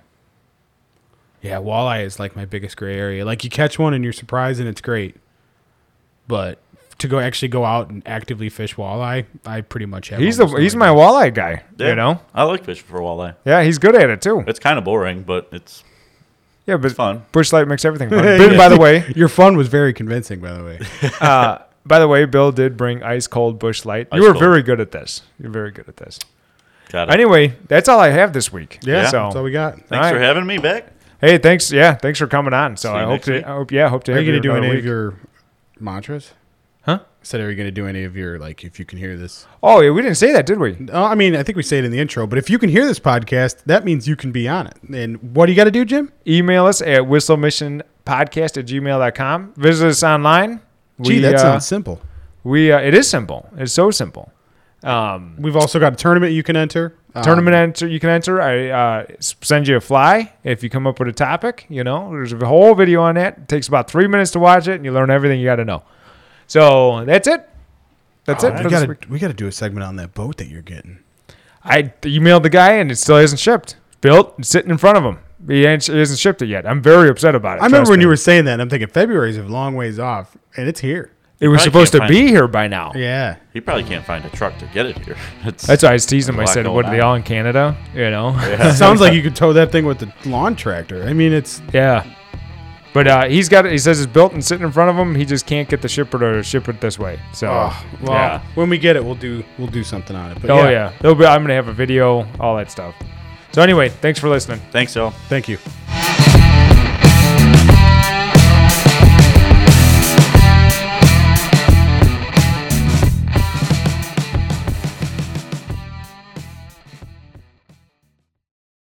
Speaker 2: yeah, walleye is like my biggest gray area. Like you catch one and you're surprised and it's great, but to go actually go out and actively fish walleye, I pretty much have.
Speaker 1: He's the
Speaker 2: almost no
Speaker 1: he's
Speaker 2: idea.
Speaker 1: my walleye guy.
Speaker 3: Yeah.
Speaker 1: You know.
Speaker 3: I like fishing for walleye.
Speaker 1: Yeah, he's good at it too.
Speaker 3: It's kind of boring, but it's
Speaker 1: Yeah, but
Speaker 3: fun.
Speaker 1: Bushlight makes everything fun. But by the way,
Speaker 2: Your fun was very convincing, by the way.
Speaker 1: uh, by the way, Bill did bring ice cold Bushlight.
Speaker 3: Ice
Speaker 1: You were
Speaker 3: cold.
Speaker 1: very good at this. You're very good at this.
Speaker 3: got it.
Speaker 1: Anyway, that's all I have this week.
Speaker 2: Yeah,
Speaker 3: Yeah.
Speaker 1: so
Speaker 2: that's all we got.
Speaker 3: Thanks
Speaker 1: all
Speaker 3: for
Speaker 1: right.
Speaker 3: having me back.
Speaker 1: Hey, thanks. Yeah, thanks for coming on. So
Speaker 3: See you
Speaker 1: I hope
Speaker 3: next week.
Speaker 1: to, I hope, yeah, hope to.
Speaker 2: Are
Speaker 1: have
Speaker 2: you going to do
Speaker 1: another
Speaker 2: any
Speaker 1: week.
Speaker 2: of your mantras?
Speaker 1: Huh?
Speaker 2: Said, are you going to do any of your like? If you can hear this,
Speaker 1: Oh, yeah, we didn't say that, did we?
Speaker 2: Uh, I mean, I think we say it in the intro, but if you can hear this podcast, that means you can be on it. And what do you got to do, Jim?
Speaker 1: Email us at whistlemissionpodcast at gmail.com. Visit us online.
Speaker 2: Gee, that
Speaker 1: uh,
Speaker 2: sounds simple.
Speaker 1: we uh, it is simple. It's so simple. Um,
Speaker 2: We've also got a tournament you can enter. Um,
Speaker 1: tournament enter you can enter. I uh, s- send you a fly if you come up with a topic. You know, there's a whole video on that. It takes about three minutes to watch it, and you learn everything you got to know. So that's it. That's it
Speaker 2: we
Speaker 1: for this
Speaker 2: Oh, gotta-
Speaker 1: week.
Speaker 2: we got to do a segment on that boat that you're getting.
Speaker 1: I emailed the guy and it still hasn't shipped. Built and sitting in front of him. He ain't- he hasn't shipped it yet. I'm very upset about it.
Speaker 2: I remember
Speaker 1: trust
Speaker 2: when
Speaker 1: me.
Speaker 2: you were saying that, and I'm thinking February's a long ways off, and it's here.
Speaker 1: It was
Speaker 3: Probably
Speaker 1: supposed to
Speaker 3: can't find
Speaker 1: be here by now.
Speaker 2: Yeah.
Speaker 3: He probably can't find a truck to get it here. It's,
Speaker 1: That's why I was teasing him. I
Speaker 3: Black
Speaker 1: said,
Speaker 3: hole
Speaker 1: "What are they
Speaker 3: now.
Speaker 1: all in Canada?" You know. Yeah.
Speaker 2: Sounds like you could tow that thing with the lawn tractor. I mean, it's
Speaker 1: But uh, he's got it. He says it's built and sitting in front of him. He just can't get the shipper to ship it this way. So.
Speaker 2: oh, well,
Speaker 3: Yeah.
Speaker 2: when we get it, we'll do we'll do something on it. But
Speaker 1: Oh yeah. There'll Be, I'm gonna have a video, all that stuff. So anyway, thanks for listening.
Speaker 3: Thanks, y'all.
Speaker 2: Thank you.